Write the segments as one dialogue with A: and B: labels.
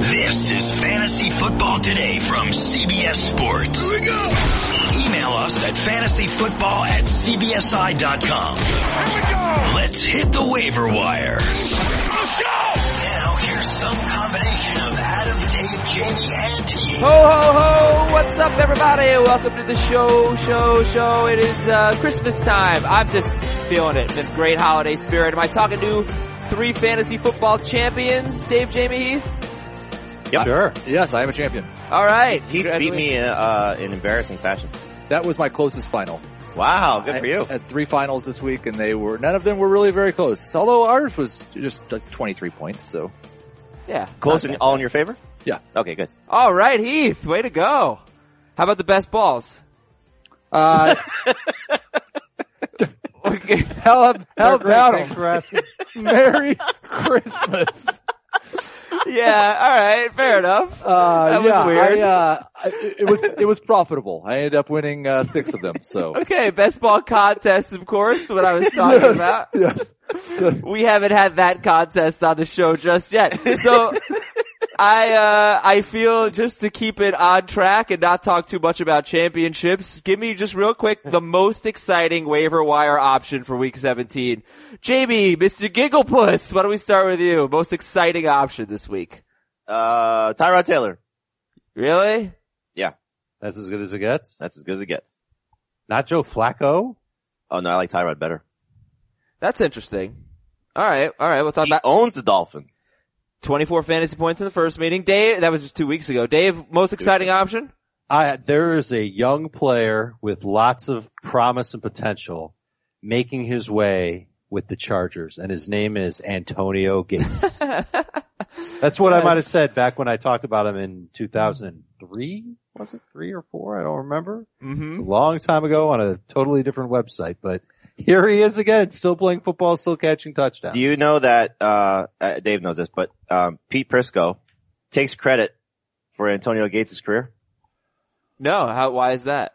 A: is Fantasy Football Today from CBS Sports. Here we go. Email us at fantasyfootball at cbsi.com. Here we go. Let's hit the waiver wire. Let's go. Now here's some combination of Adam, Dave, Jamie, and Ian.
B: Ho ho ho! What's up, everybody? Welcome to the show, show, show. It is uh, Christmas time. I'm just feeling it. The great holiday spirit. Am I talking to three fantasy football champions, Dave, Jamie, Heath?
C: Sure. Yes, I am a champion.
B: All right,
D: He beat
B: congratulations.
D: me in, uh, in embarrassing fashion.
C: That was my closest final.
D: Wow, good for
C: I-
D: you.
C: Had three finals this week, and they were none of them were really very close. Although ours was just like 23 points. So
B: Yeah.
D: Close and all in your favor?
C: Yeah.
D: Okay, good.
B: All right, Heath. Way to go. How about the best balls?
C: uh,
B: Okay.
C: how, ab- how about
E: Thanks
C: 'em?
E: for asking.
C: Merry Christmas.
B: yeah. All right. Fair enough.
C: Uh,
B: That was
C: yeah,
B: weird.
C: I, uh, I, it was it was profitable. I ended up winning uh, six of them. So
B: Okay. Best ball contest, of course. What I was talking about.
C: yes,
B: we haven't had that contest on the show just yet. So I uh I feel just to keep it on track and not talk too much about championships, give me just real quick the most exciting waiver wire option for week 17. Jamie, Mr. Gigglepuss, why don't we start with you? Most exciting option this week.
D: Uh, Tyrod Taylor.
B: Really?
E: That's as good as it gets.
D: That's as good as it gets.
E: Not Joe Flacco.
D: Oh no, I like Tyrod better.
B: That's interesting. All right, all right. We'll talk
D: He
B: about
D: owns the Dolphins.
B: 24 fantasy points in the first meeting. Dave, that was just two weeks ago. Dave, most exciting option?
E: I, there is a young player with lots of promise and potential making his way with the Chargers and his name is Antonio Gates. That's what I might have
B: Yes.
E: said back when I talked about him in 2003. Was it three or four? I don't remember.
B: Mm-hmm.
E: It's a long time ago on a totally different website, but here he is again, still playing football, still catching touchdowns.
D: Do you know that, uh, uh, Dave knows this, but, um, Pete Prisco takes credit for Antonio Gates' career.
B: No, how, why is that?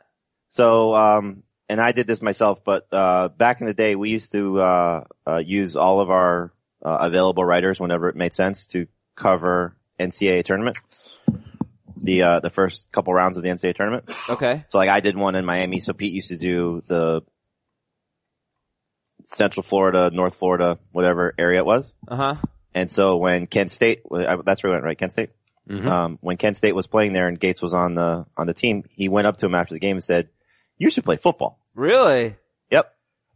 D: So, um, and I did this myself, but, uh, back in the day, we used to, uh, uh, use all of our, uh, available writers whenever it made sense to cover NCAA tournament. The, uh, the first couple rounds of the NCAA tournament.
B: Okay.
D: So like I did one in Miami. So Pete used to do the Central Florida, North Florida, whatever area it was.
B: Uh huh.
D: And so when Kent State, I- that's where we went, right? Kent State.
E: Mhm.
D: Um, when Kent State was playing there and Gates was on the on the team, he went up to him after the game and said, "You should play football."
B: Really?
D: Yep.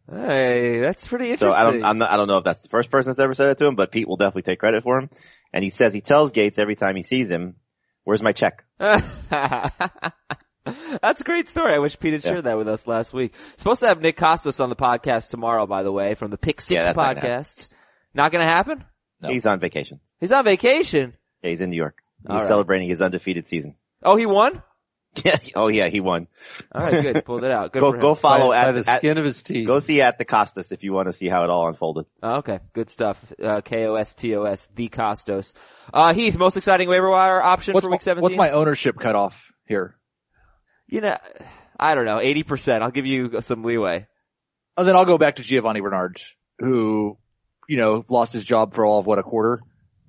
B: Hey, that's pretty
D: So
B: interesting.
D: I don't, I'm not, I don't know if that's the first person that's ever said it to him, but Pete will definitely take credit for him. And he says he tells Gates every time he sees him, "Where's my check?"
B: that's a great story. I wish Pete had
D: Yeah.
B: shared that with us last week. Supposed to have Nick Costos on the podcast tomorrow, by the way, from the Pick Six
D: Yeah, that's not gonna
B: podcast. Not gonna happen?
C: No.
D: He's on vacation.
B: He's on vacation.
D: Yeah, he's in New York. He's
B: All right.
D: celebrating his undefeated season.
B: Oh, he won?
D: Yeah. Oh yeah, he won.
B: Alright, good. Pulled it out. Good
D: go
B: for him.
D: go follow
E: by,
D: at,
E: by the
D: at-
E: skin of his teeth.
D: go see at the Costas if you want to see how it all unfolded.
B: Oh, okay. Good stuff. Uh, K-O-S-T-O-S, the Costos. Uh, Heath, most exciting waiver wire option
C: what's
B: for week
C: my,
B: 17?
C: what's my ownership cutoff here?
B: you know, I don't know, 80%. I'll give you some leeway.
C: And Oh, then I'll go back to Giovanni Bernard, who, you know, lost his job for all of what a quarter.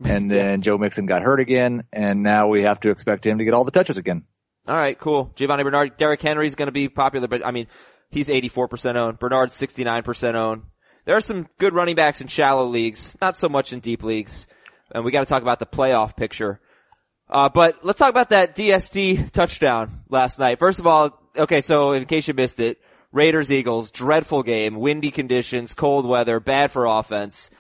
C: And then Joe Mixon got hurt again, and now we have to expect him to get all the touches again.
B: All right, cool. Giovanni Bernard, Derrick Henry's going to be popular, but I mean, he's 84% owned. Bernard's 69% owned. There are some good running backs in shallow leagues, not so much in deep leagues. And we got to talk about the playoff picture. Uh, but let's talk about that DST touchdown last night. First of all, okay, so in case you missed it, Raiders Eagles, dreadful game, windy conditions, cold weather, bad for offense.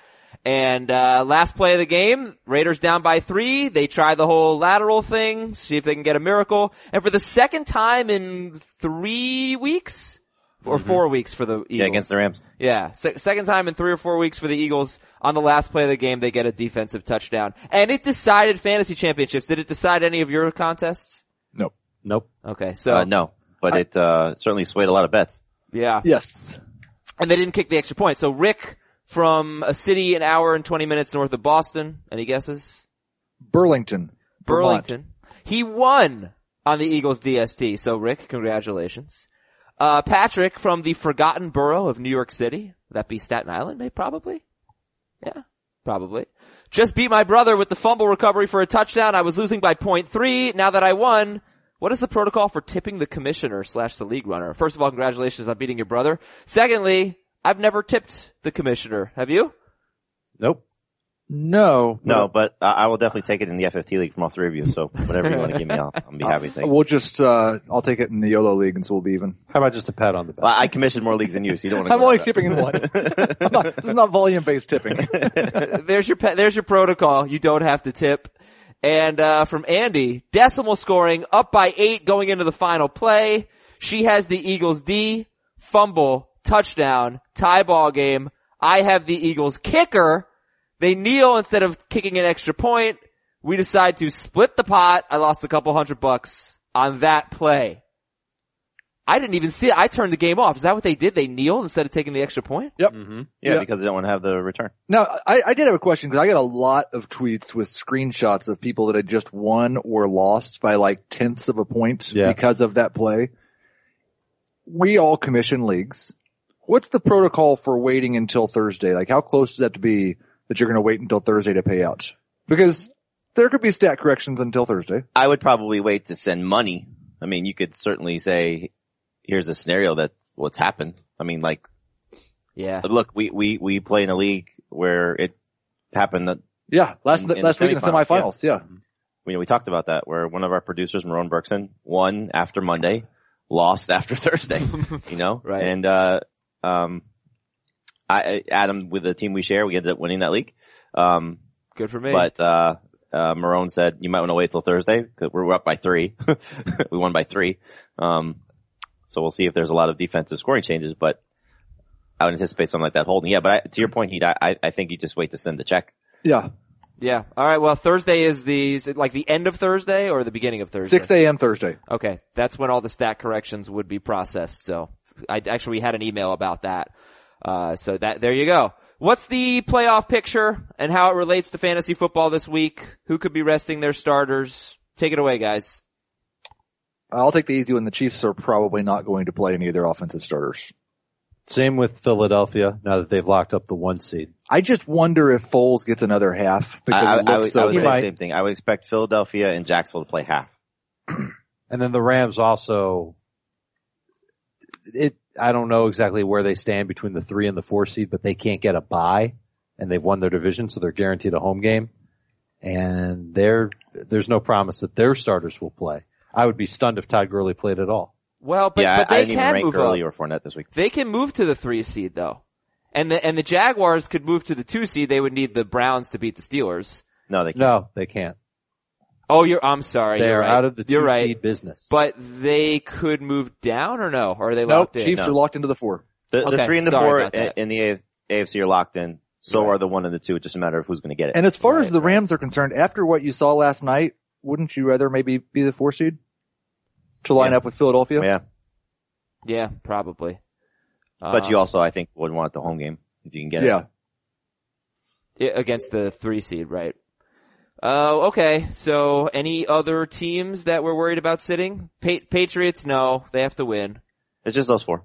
B: And uh, last play of the game, Raiders down by three. They try the whole lateral thing, see if they can get a miracle. And for the second time in three weeks or four weeks for the Eagles,
D: Yeah, against the Rams.
B: yeah, se- second time in three or four weeks for the Eagles. On the last play of the game, they get a defensive touchdown, and it decided fantasy championships. Did it decide any of your contests?
C: No.
E: Nope.
B: Okay, so
D: Uh, no, but it uh, certainly swayed a lot of bets.
B: yeah,
C: Yes.
B: and they didn't kick the extra point. So Rick from a city an hour and twenty minutes north of Boston. Any guesses?
C: Burlington. Vermont.
B: Burlington. He won on the Eagles DST. So Rick, congratulations. Uh, Patrick from the forgotten borough of New York City. Would that be Staten Island, maybe, probably? Yeah, probably. Just beat my brother with the fumble recovery for a touchdown. I was losing by point three. Now that I won, what is the protocol for tipping the commissioner slash the league runner? First of all, congratulations on beating your brother. Secondly, I've never tipped the commissioner. Have you?
E: Nope.
C: No,
D: No, but I I will definitely take it in the FFT league from all three of you. So whatever you want to give me, I'll, I'll be happy. to take. Well,
C: We'll just, uh, I'll take it in the YOLO league and so we'll be even.
E: How about just a pat on the back?
D: I commissioned more leagues than you, so you don't want to.
C: I'm only tipping in one. I'm not, this is not volume based tipping.
B: there's your pe- there's your protocol. You don't have to tip. And uh, from Andy, decimal scoring up by eight going into the final play. She has the Eagles D fumble touchdown tie ball game. I have the Eagles kicker. They kneel instead of kicking an extra point. We decide to split the pot. I lost a couple hundred bucks on that play. I didn't even see it. I turned the game off. Is that what they did? They kneel instead of taking the extra point?
D: Yeah,
C: Yeah.
D: because they don't want to have the return.
C: Now, I, I did have a question because I got a lot of tweets with screenshots of people that had just won or lost by like tenths of a point
E: Yeah.
C: because of that play. We all commission leagues. What's the protocol for waiting until Thursday? Like how close does that to be that you're going to wait until Thursday to pay out? Because there could be stat corrections until Thursday.
D: I would probably wait to send money. I mean, you could certainly say, here's a scenario that's what's happened. I mean, like,
B: Yeah.
D: but look, we, we, we play in a league where it happened that,
C: Yeah. Last,
D: In- in
C: last
D: the
C: week in the
D: semifinals,
C: semifinals. Yeah.
D: you know, we talked about that where one of our producers, Marone Berkson, won after Monday, lost after Thursday, you know?
B: Right.
D: And, uh, um, I, I- Adam, with the team we share, we ended up winning that league. Um,
B: Good for me.
D: But uh, uh, Marone said you might want to wait till Thursday because we're up by three. we won by three, um, so we'll see if there's a lot of defensive scoring changes. But I would anticipate something like that holding. Yeah, but I, to your point, Heat, I- I, I think you just wait to send the check.
C: Yeah.
B: Yeah. All right. Well, Thursday is the is it like the end of Thursday or the beginning of Thursday.
C: 6 a.m. Thursday.
B: Okay, that's when all the stat corrections would be processed. So I actually had an email about that. Uh, so that there you go. What's the playoff picture and how it relates to fantasy football this week? Who could be resting their starters? Take it away, guys.
C: I'll take the easy one. The Chiefs are probably not going to play any of their offensive starters.
E: Same with Philadelphia now that they've locked up the one seed.
C: I just wonder if Foles gets another half because
D: I, I,
C: it looks
D: I would,
C: so
D: I would say
C: good.
D: the same thing. I would expect Philadelphia and Jacksonville to play half.
E: And then the Rams also, it, I don't know exactly where they stand between the three and the four seed, but they can't get a bye and they've won their division, so they're guaranteed a home game. And there, there's no promise that their starters will play. I would be stunned if Todd Gurley played at all.
B: Well, but,
D: yeah,
B: but
D: I, I
B: they
D: didn't even
B: can
D: rank
B: move
D: Gurley
B: up.
D: or Fournette this week.
B: They can move to the three seed though, and the and the Jaguars could move to the two seed. They would need the Browns to beat the Steelers.
D: No, they can't.
E: No, they can't.
B: Oh, you're. I'm sorry.
E: They
B: you're
E: are
B: right.
E: out of the two
B: You're right.
E: seed business.
B: But they could move down or no? Or are they
C: Nope,
B: locked in?
C: Chiefs
D: No.
C: are locked into the four.
D: The, the
B: Okay,
D: three and the
B: sorry
D: four
B: about
D: in,
B: that.
D: in the AF- AFC are locked in. So are the one and the two. It's just a matter of who's going to get it.
C: And as far
B: Right,
C: as the Rams are concerned, after what you saw last night, wouldn't you rather maybe be the four seed to line
D: Yeah.
C: up with Philadelphia?
D: yeah,
B: Yeah, probably.
D: but
B: Uh,
D: you also, I think, would want the home game if you can get it.
C: Yeah.
B: i- against the three seed, right? Uh, okay. So any other teams that we're worried about sitting? Pa- Patriots? No, they have to win.
D: It's just those four.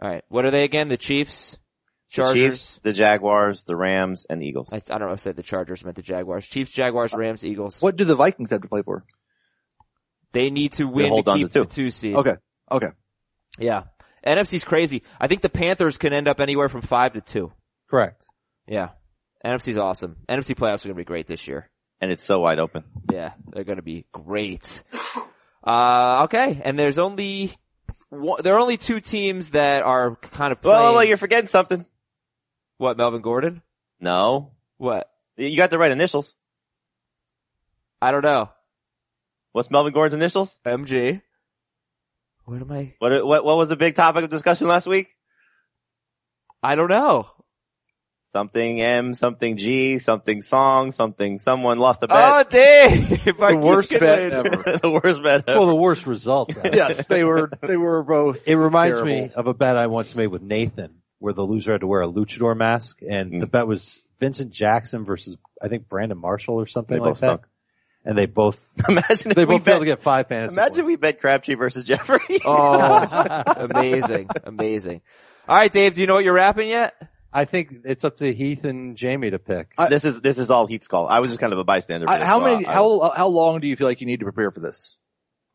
B: All right. What are they again? The Chiefs,
D: The
B: Chargers.
D: Chiefs, the Jaguars, the Rams, and the Eagles.
B: I, I don't know. if I said the Chargers meant the Jaguars. Chiefs, Jaguars, Rams, Eagles.
C: What do the Vikings have to play for?
B: They need to win
D: hold
B: to
D: on to
B: keep
D: two.
B: the two seed.
C: Okay. Okay.
B: Yeah. NFC's crazy. I think the Panthers can end up anywhere from five to two.
E: Correct.
B: Yeah. NFC's awesome. NFC playoffs are going to be great this year.
D: And it's so wide open.
B: Yeah, they're gonna be great. Uh, okay, and there's only one, there are only two teams that are kind of playing.
D: Well, well, you're forgetting something.
B: what Melvin Gordon?
D: No.
B: What?
D: You got the right initials.
B: I don't know.
D: What's Melvin Gordon's initials?
B: MG. What am I?
D: What, what, what was a big topic of discussion last week?
B: I don't know.
D: Something M, something G, something song, something someone lost a
B: Oh,
E: Ah,
D: bet.
B: Dave! the
C: worst bet ever.
D: the worst bet ever.
E: Well, the worst result. though.
C: yes, they were they were both.
E: It reminds me
C: Terrible.
E: of a bet I once made with Nathan where the loser had to wear a luchador mask and the bet was Vincent Jackson versus I think Brandon Marshall or something
D: They
E: like
D: both
E: that.
D: stunk.
E: And they both
D: imagine if
E: they
D: we
E: both
D: bet,
E: failed to get five fantasy.
D: imagine we bet Crabtree versus Jeffrey.
B: Oh, amazing, amazing. All right, Dave. Do you know what you're rapping yet?
E: I think it's up to Heath and Jamie to pick.
D: this is this is all Heat's call. I was just kind of a bystander. for
C: I,
D: this,
C: how
D: so
C: many?
D: I-
C: How how long do you feel like you need to prepare for this?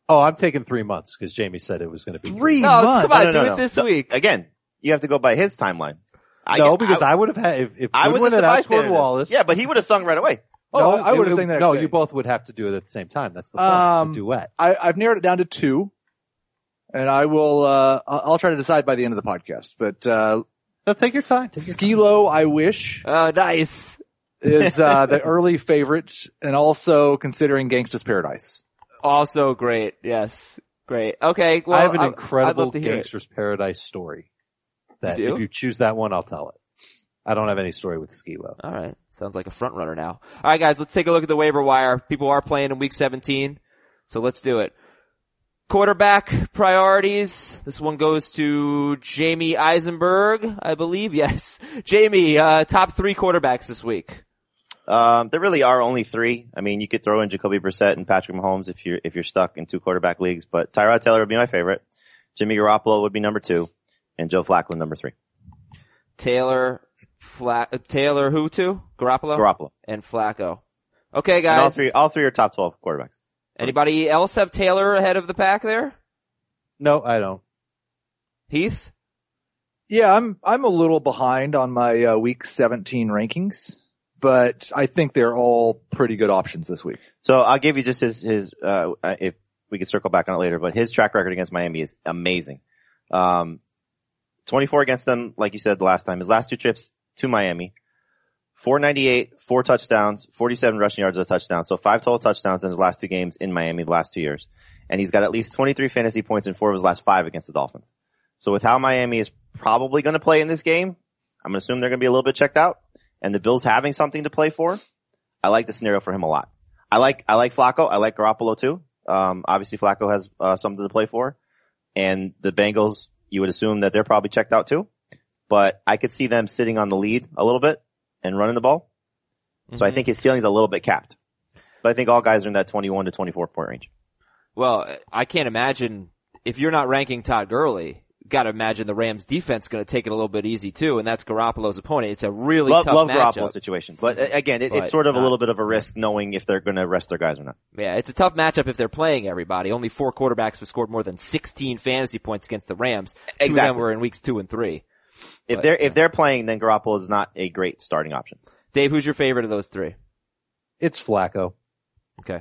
E: Oh, I'm taking three months because Jamie said it was going to be
C: Three
B: No,
C: months.
B: come on,
D: No, no,
B: do
D: no.
B: it this
D: No,
B: week.
D: Again, you have to go by his timeline. I
E: no,
D: get-
E: because
D: I,
E: I, would have had if if
D: I was
E: Goodwin
D: just a
E: and Oswald
D: bystander.
E: Wallace.
D: Yeah, but he would have sung right away.
C: Oh,
E: no,
C: I
E: it
C: would have sang that
E: No,
C: next
E: you
C: day.
E: both would have to do it at the same time. That's the point.
C: Um,
E: it's a duet.
C: I, I've narrowed it down to two, and I will. Uh, I'll, I'll try to decide by the end of the podcast. But uh,
E: Now take your time. Take your
C: Skilo, I wish,
B: Oh, nice.
C: is uh, the early favorite, and also considering Gangsta's Paradise.
B: Also great. Yes. Great. Okay. Well,
E: I have an
B: I- I'd
E: incredible
B: love to hear it.
E: Gangster's Paradise story. That
B: You do?
E: if you choose that one, I'll tell it. I don't have any story with Skilo.
B: All right. Sounds like a front runner now. All right, guys, let's take a look at the waiver wire. People are playing in week 17, so let's do it. Quarterback priorities. This one goes to Jamie Eisenberg, I believe. Yes. Jamie, uh, top three quarterbacks this week.
D: Um, there really are only three. I mean, you could throw in Jacoby Brissett and Patrick Mahomes if you're if you're stuck in two quarterback leagues. But Tyrod Taylor would be my favorite. Jimmy Garoppolo would be number two, and Joe Flacco number three.
B: Taylor, Fla- uh, Taylor who to? Garoppolo?
D: Garoppolo.
B: And Flacco. Okay,
D: And all
B: guys.
D: three all three are top twelve quarterbacks.
B: Anybody else have Taylor ahead of the pack there?
E: No, I don't.
B: Heath?
C: Yeah, I'm I'm a little behind on my uh, week 17 rankings, but I think they're all pretty good options this week.
D: So I'll give you just his his uh if we could circle back on it later, but his track record against Miami is amazing. Um, 24 against them, like you said the last time. His last two trips to Miami, 498, four touchdowns, 47 rushing yards of a touchdown. So five total touchdowns in his last two games in Miami the last two years. And he's got at least 23 fantasy points in four of his last five against the Dolphins. So with how Miami is probably going to play in this game, I'm going to assume they're going to be a little bit checked out and the Bills having something to play for. I like the scenario for him a lot. I like I like Flacco. I like Garoppolo too. Um, obviously Flacco has uh, something to play for, and the Bengals. You would assume that they're probably checked out too, but I could see them sitting on the lead a little bit and running the ball. So I
B: Mm-hmm.
D: think his ceiling's a little bit capped. But I think all guys are in that 21 to 24 point range.
B: Well, I can't imagine if you're not ranking Todd Gurley. Got to imagine the Rams defense going to take it a little bit easy too, and that's Garoppolo's opponent. It's a really
D: love
B: tough
D: love
B: matchup.
D: Garoppolo's situation, but uh, again, it,
B: But
D: it's sort of
B: not-
D: a little bit of a risk knowing if they're going to rest their guys or not.
B: Yeah, it's a tough matchup if they're playing everybody. Only four quarterbacks have scored more than 16 fantasy points against the Rams. Two of them
D: Exactly.
B: were in weeks two and three.
D: If
B: But,
D: they're if they're playing, then Garoppolo is not a great starting option.
B: Dave, who's your favorite of those three?
E: It's Flacco.
B: Okay,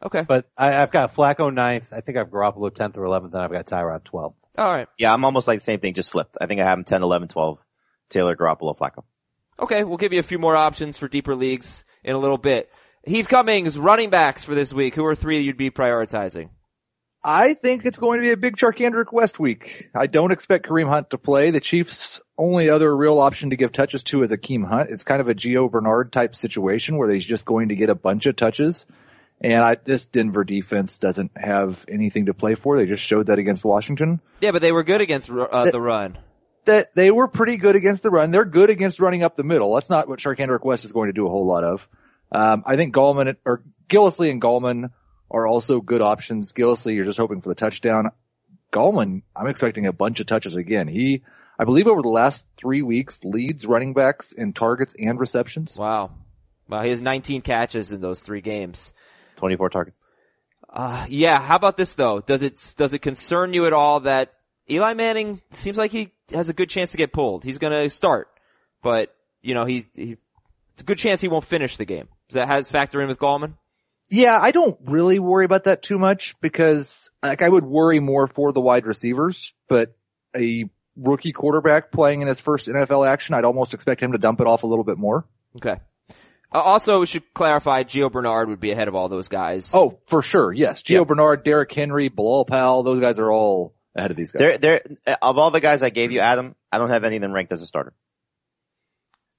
D: Uh,
B: okay,
E: But I, I've got Flacco ninth. I think I've Garoppolo 10th or 11th, and I've got Tyrod 12th.
B: all right,
D: Yeah, I'm almost like the same thing, just flipped. I think I have him 10, 11, 12. Taylor, Garoppolo, Flacco.
B: okay. We'll give you a few more options for deeper leagues in a little bit. Heath Cummings, running backs for this week. Who are three you'd be prioritizing?
C: I think it's going to be a big Charkandrick West week. I don't expect Kareem Hunt to play. The Chiefs' only other real option to give touches to is Akeem Hunt. It's kind of a Gio Bernard type situation where he's just going to get a bunch of touches. And I, this Denver defense doesn't have anything to play for. They just showed that against Washington.
B: Yeah, but they were good against uh, the run.
C: that they were pretty good against the run. They're good against running up the middle. That's not what Sharkhandrick West is going to do a whole lot of. Um, I think Gallman or Gillisley and Gallman are also good options. Gillisley, you're just hoping for the touchdown. Gallman, I'm expecting a bunch of touches again. He, I believe over the last three weeks leads running backs in targets and receptions.
B: Wow. Wow, he has 19 catches in those three games.
D: 24 targets.
B: Uh, yeah, how about this though? Does it, does it concern you at all that Eli Manning seems like he has a good chance to get pulled? He's gonna start, but, you know, he, he it's a good chance he won't finish the game. Does that has factor in with Gallman?
C: Yeah, I don't really worry about that too much because like I would worry more for the wide receivers, but a rookie quarterback playing in his first NFL action, I'd almost expect him to dump it off a little bit more.
B: Okay. Uh, also, we should clarify Gio Bernard would be ahead of all those guys.
C: Oh, for sure. Yes. Gio Bernard, Derrick Henry, Bilal Powell, those guys are all ahead of these
D: They're,
C: guys.
D: they're, of all the guys I gave you, Adam, I don't have any of them ranked as a starter.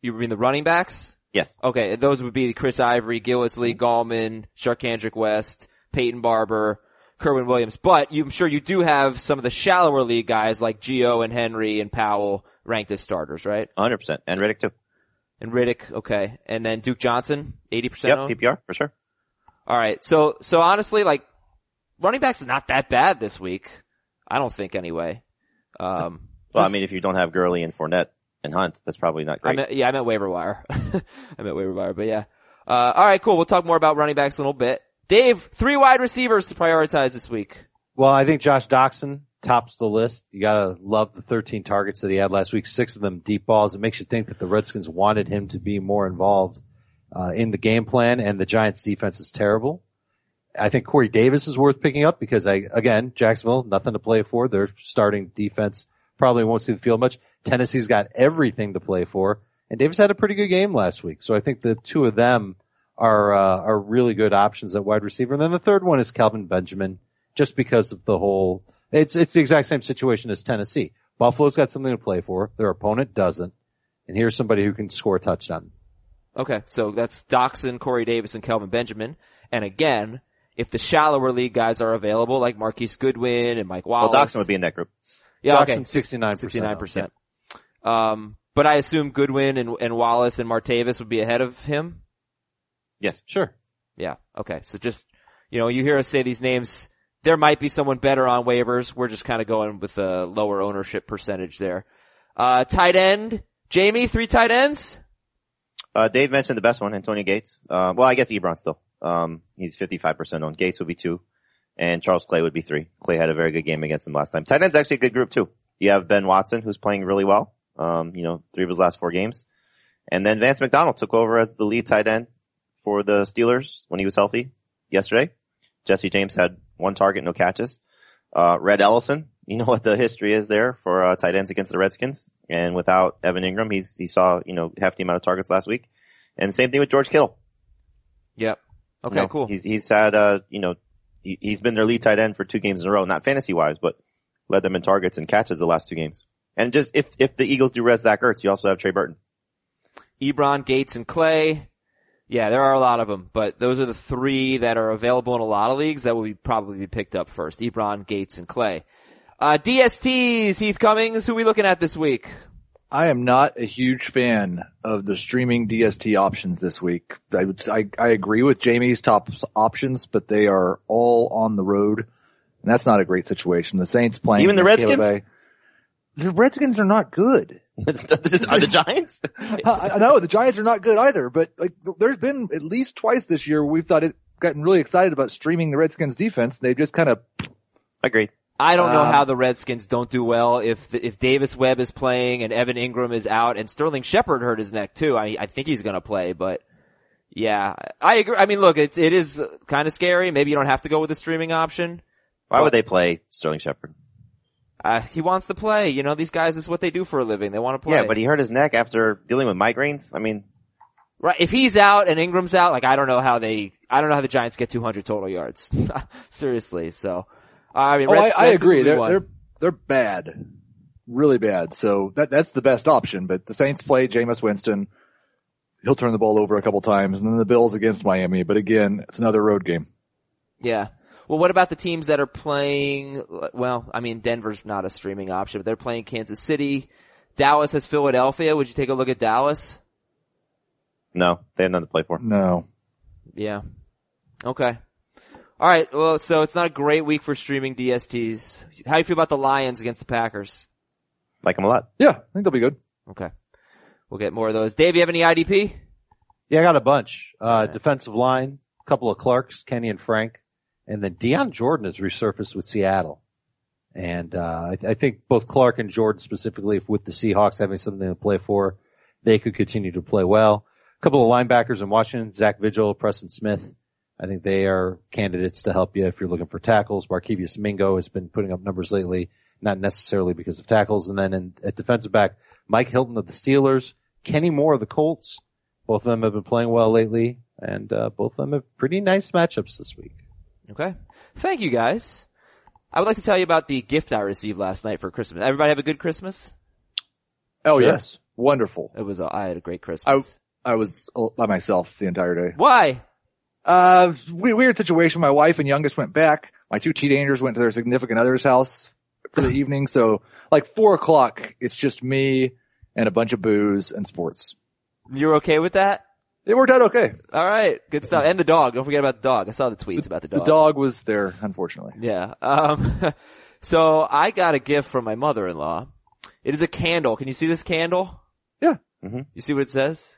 B: You mean the running backs?
D: Yes. Mm-hmm.
B: Okay, those would be Chris Ivory, Gillisley, Gallman, Sharkandrick West, Peyton Barber, Kerwin Williams. But you, I'm sure you do have some of the shallower league guys like Geo and Henry and Powell ranked as starters, right?
D: 100%. And Riddick too.
B: And Riddick, okay. And then Duke Johnson, 80%
D: Yep,
B: owned.
D: PPR for sure.
B: Alright, so, so honestly, like, running backs is not that bad this week. I don't think anyway. Um,
D: Well, I mean, if you don't have Gurley and Fournette and Hunt, that's probably
B: I
D: not great.
B: meant, yeah, I meant waiver wire. I meant waiver wire, but yeah. Uh, all right, cool. We'll talk more about running backs in a little bit. Dave, three wide receivers to prioritize this week.
E: Well, I think Josh Doxson tops the list. You gotta love the 13 targets that he had last week. Six of them deep balls. It makes you think that the Redskins wanted him to be more involved uh, in the game plan, and the Giants' defense is terrible. I think Corey Davis is worth picking up because I, again, Jacksonville, nothing to play for. Their starting defense probably won't see the field much. Tennessee's got everything to play for, and Davis had a pretty good game last week. So I think the two of them are uh, are really good options at wide receiver. And then the third one is Calvin Benjamin, just because of the whole. It's it's the exact same situation as Tennessee. Buffalo's got something to play for. Their opponent doesn't, and here's somebody who can score a touchdown.
B: Okay, so that's Doxson, Corey Davis, and Kelvin Benjamin. And again, if the shallower league guys are available, like Marquise Goodwin and Mike
D: well,
B: Wallace,
D: Doxson would be in that group.
B: yeah, okay,
E: Jackson, 69%.
B: 69%. Um, but I assume Goodwin and, and Wallace and Martavis would be ahead of him.
D: Yes.
E: Sure.
B: Yeah. Okay. So just, you know, you hear us say these names, there might be someone better on waivers. We're just kind of going with a lower ownership percentage there. Uh, tight end, Jamie, three tight ends.
D: Uh, Dave mentioned the best one, Antonio Gates. Uh, well, I guess Ebron still. Um, he's 55% on. Gates would be two, and Charles Clay would be three. Clay had a very good game against him last time. Tight end's actually a good group too. You have Ben Watson, who's playing really well. Um, you know, three of his last four games. And then Vance McDonald took over as the lead tight end for the Steelers when he was healthy yesterday. Jesse James had one target, no catches. Uh, Red Ellison, you know what the history is there for uh, tight ends against the Redskins. And without Evan Ingram, he's, he saw, you know, hefty amount of targets last week. And same thing with George Kittle.
B: Yep. Okay,
D: You know,
B: cool.
D: He's, he's had, uh, you know, he, he's been their lead tight end for two games in a row, not fantasy wise, but led them in targets and catches the last two games. And just if, if the Eagles do res Zach Ertz, you also have Trey Burton.
B: Ebron, Gates, and Clay. Yeah, there are a lot of them, but those are the three that are available in a lot of leagues that will be probably be picked up first. Ebron, Gates, and Clay. Uh, DSTs, Heath Cummings, who we looking at this week?
C: I am not a huge fan of the streaming DST options this week. I would s- I, I agree with Jamie's top s- options, but they are all on the road, and that's not a great situation. The Saints playing
D: Even the
C: against Tampa
D: Redskins?
C: Bay. The Redskins are not good.
D: Are the Giants?
C: I I know the Giants are not good either, but like th- there's been at least twice this year where we've thought it gotten really excited about streaming the Redskins defense. They've just kind of
D: Agreed.
B: I don't know
C: Um,
B: how the Redskins don't do well if the, if Davis Webb is playing and Evan Ingram is out and Sterling Shepard hurt his neck too. I I think he's going to play, but yeah, I agree. I mean, look, it's it is kind of scary. Maybe you don't have to go with the streaming option.
D: Why would they play Sterling Shepard?
B: Uh, he wants to play. You know, these guys this is what they do for a living. They want to play.
D: Yeah, but he hurt his neck after dealing with migraines. I mean,
B: right, if he's out and Ingram's out, like I don't know how they, I don't know how the Giants get 200 total yards. Seriously, so I mean,
C: Oh,
B: Reds-
C: I, I
B: Reds is
C: agree.
B: week
C: They're,
B: one.
C: they're they're bad, really bad. So that that's the best option. But the Saints play Jameis Winston. He'll turn the ball over a couple times, and then the Bills against Miami. But again, it's another road game.
B: Yeah. Well, what about the teams that are playing? Well, I mean, Denver's not a streaming option, but they're playing Kansas City. Dallas has Philadelphia. Would you take a look at Dallas?
D: no, they had nothing to play for.
C: No,
B: Yeah. Okay. All right. Well, so it's not a great week for streaming DSTs. How do you feel about the Lions against the Packers?
D: Like him a lot.
C: yeah, I think they'll be good.
B: Okay. We'll get more of those. Dave, you have any IDP?
E: Yeah, I got a bunch. Uh, defensive line, a couple of Clarks, Kenny and Frank, and then Deion Jordan has resurfaced with Seattle. And, uh, I, th- I think both Clark and Jordan specifically with the Seahawks having something to play for, they could continue to play well. A couple of linebackers in Washington, Zach Vigil, Preston Smith. I think they are candidates to help you if you're looking for tackles. Markevius Mingo has been putting up numbers lately, not necessarily because of tackles. And then in, at defensive back, Mike Hilton of the Steelers, Kenny Moore of the Colts, both of them have been playing well lately, and uh, both of them have pretty nice matchups this week.
B: Okay. Thank you guys. I would like to tell you about the gift I received last night for Christmas. Everybody have a good Christmas?
C: Oh
E: Sure.
C: yes, wonderful.
B: It was, a, I had a great
C: I
B: Christmas.
C: I was all by myself the entire day.
B: Why?
C: Uh, we- weird situation. My wife and youngest went back. My two teenagers went to their significant other's house for the evening. So like four o'clock, it's just me and a bunch of booze and sports.
B: You're okay with that?
C: It worked out okay.
B: All right, good stuff. And the dog. Don't forget about the dog. I saw the tweets about the dog.
C: The dog was there, unfortunately.
B: Yeah. Um, so I got a gift from my mother-in-law. It is a candle. Can you see this candle? You see what it says?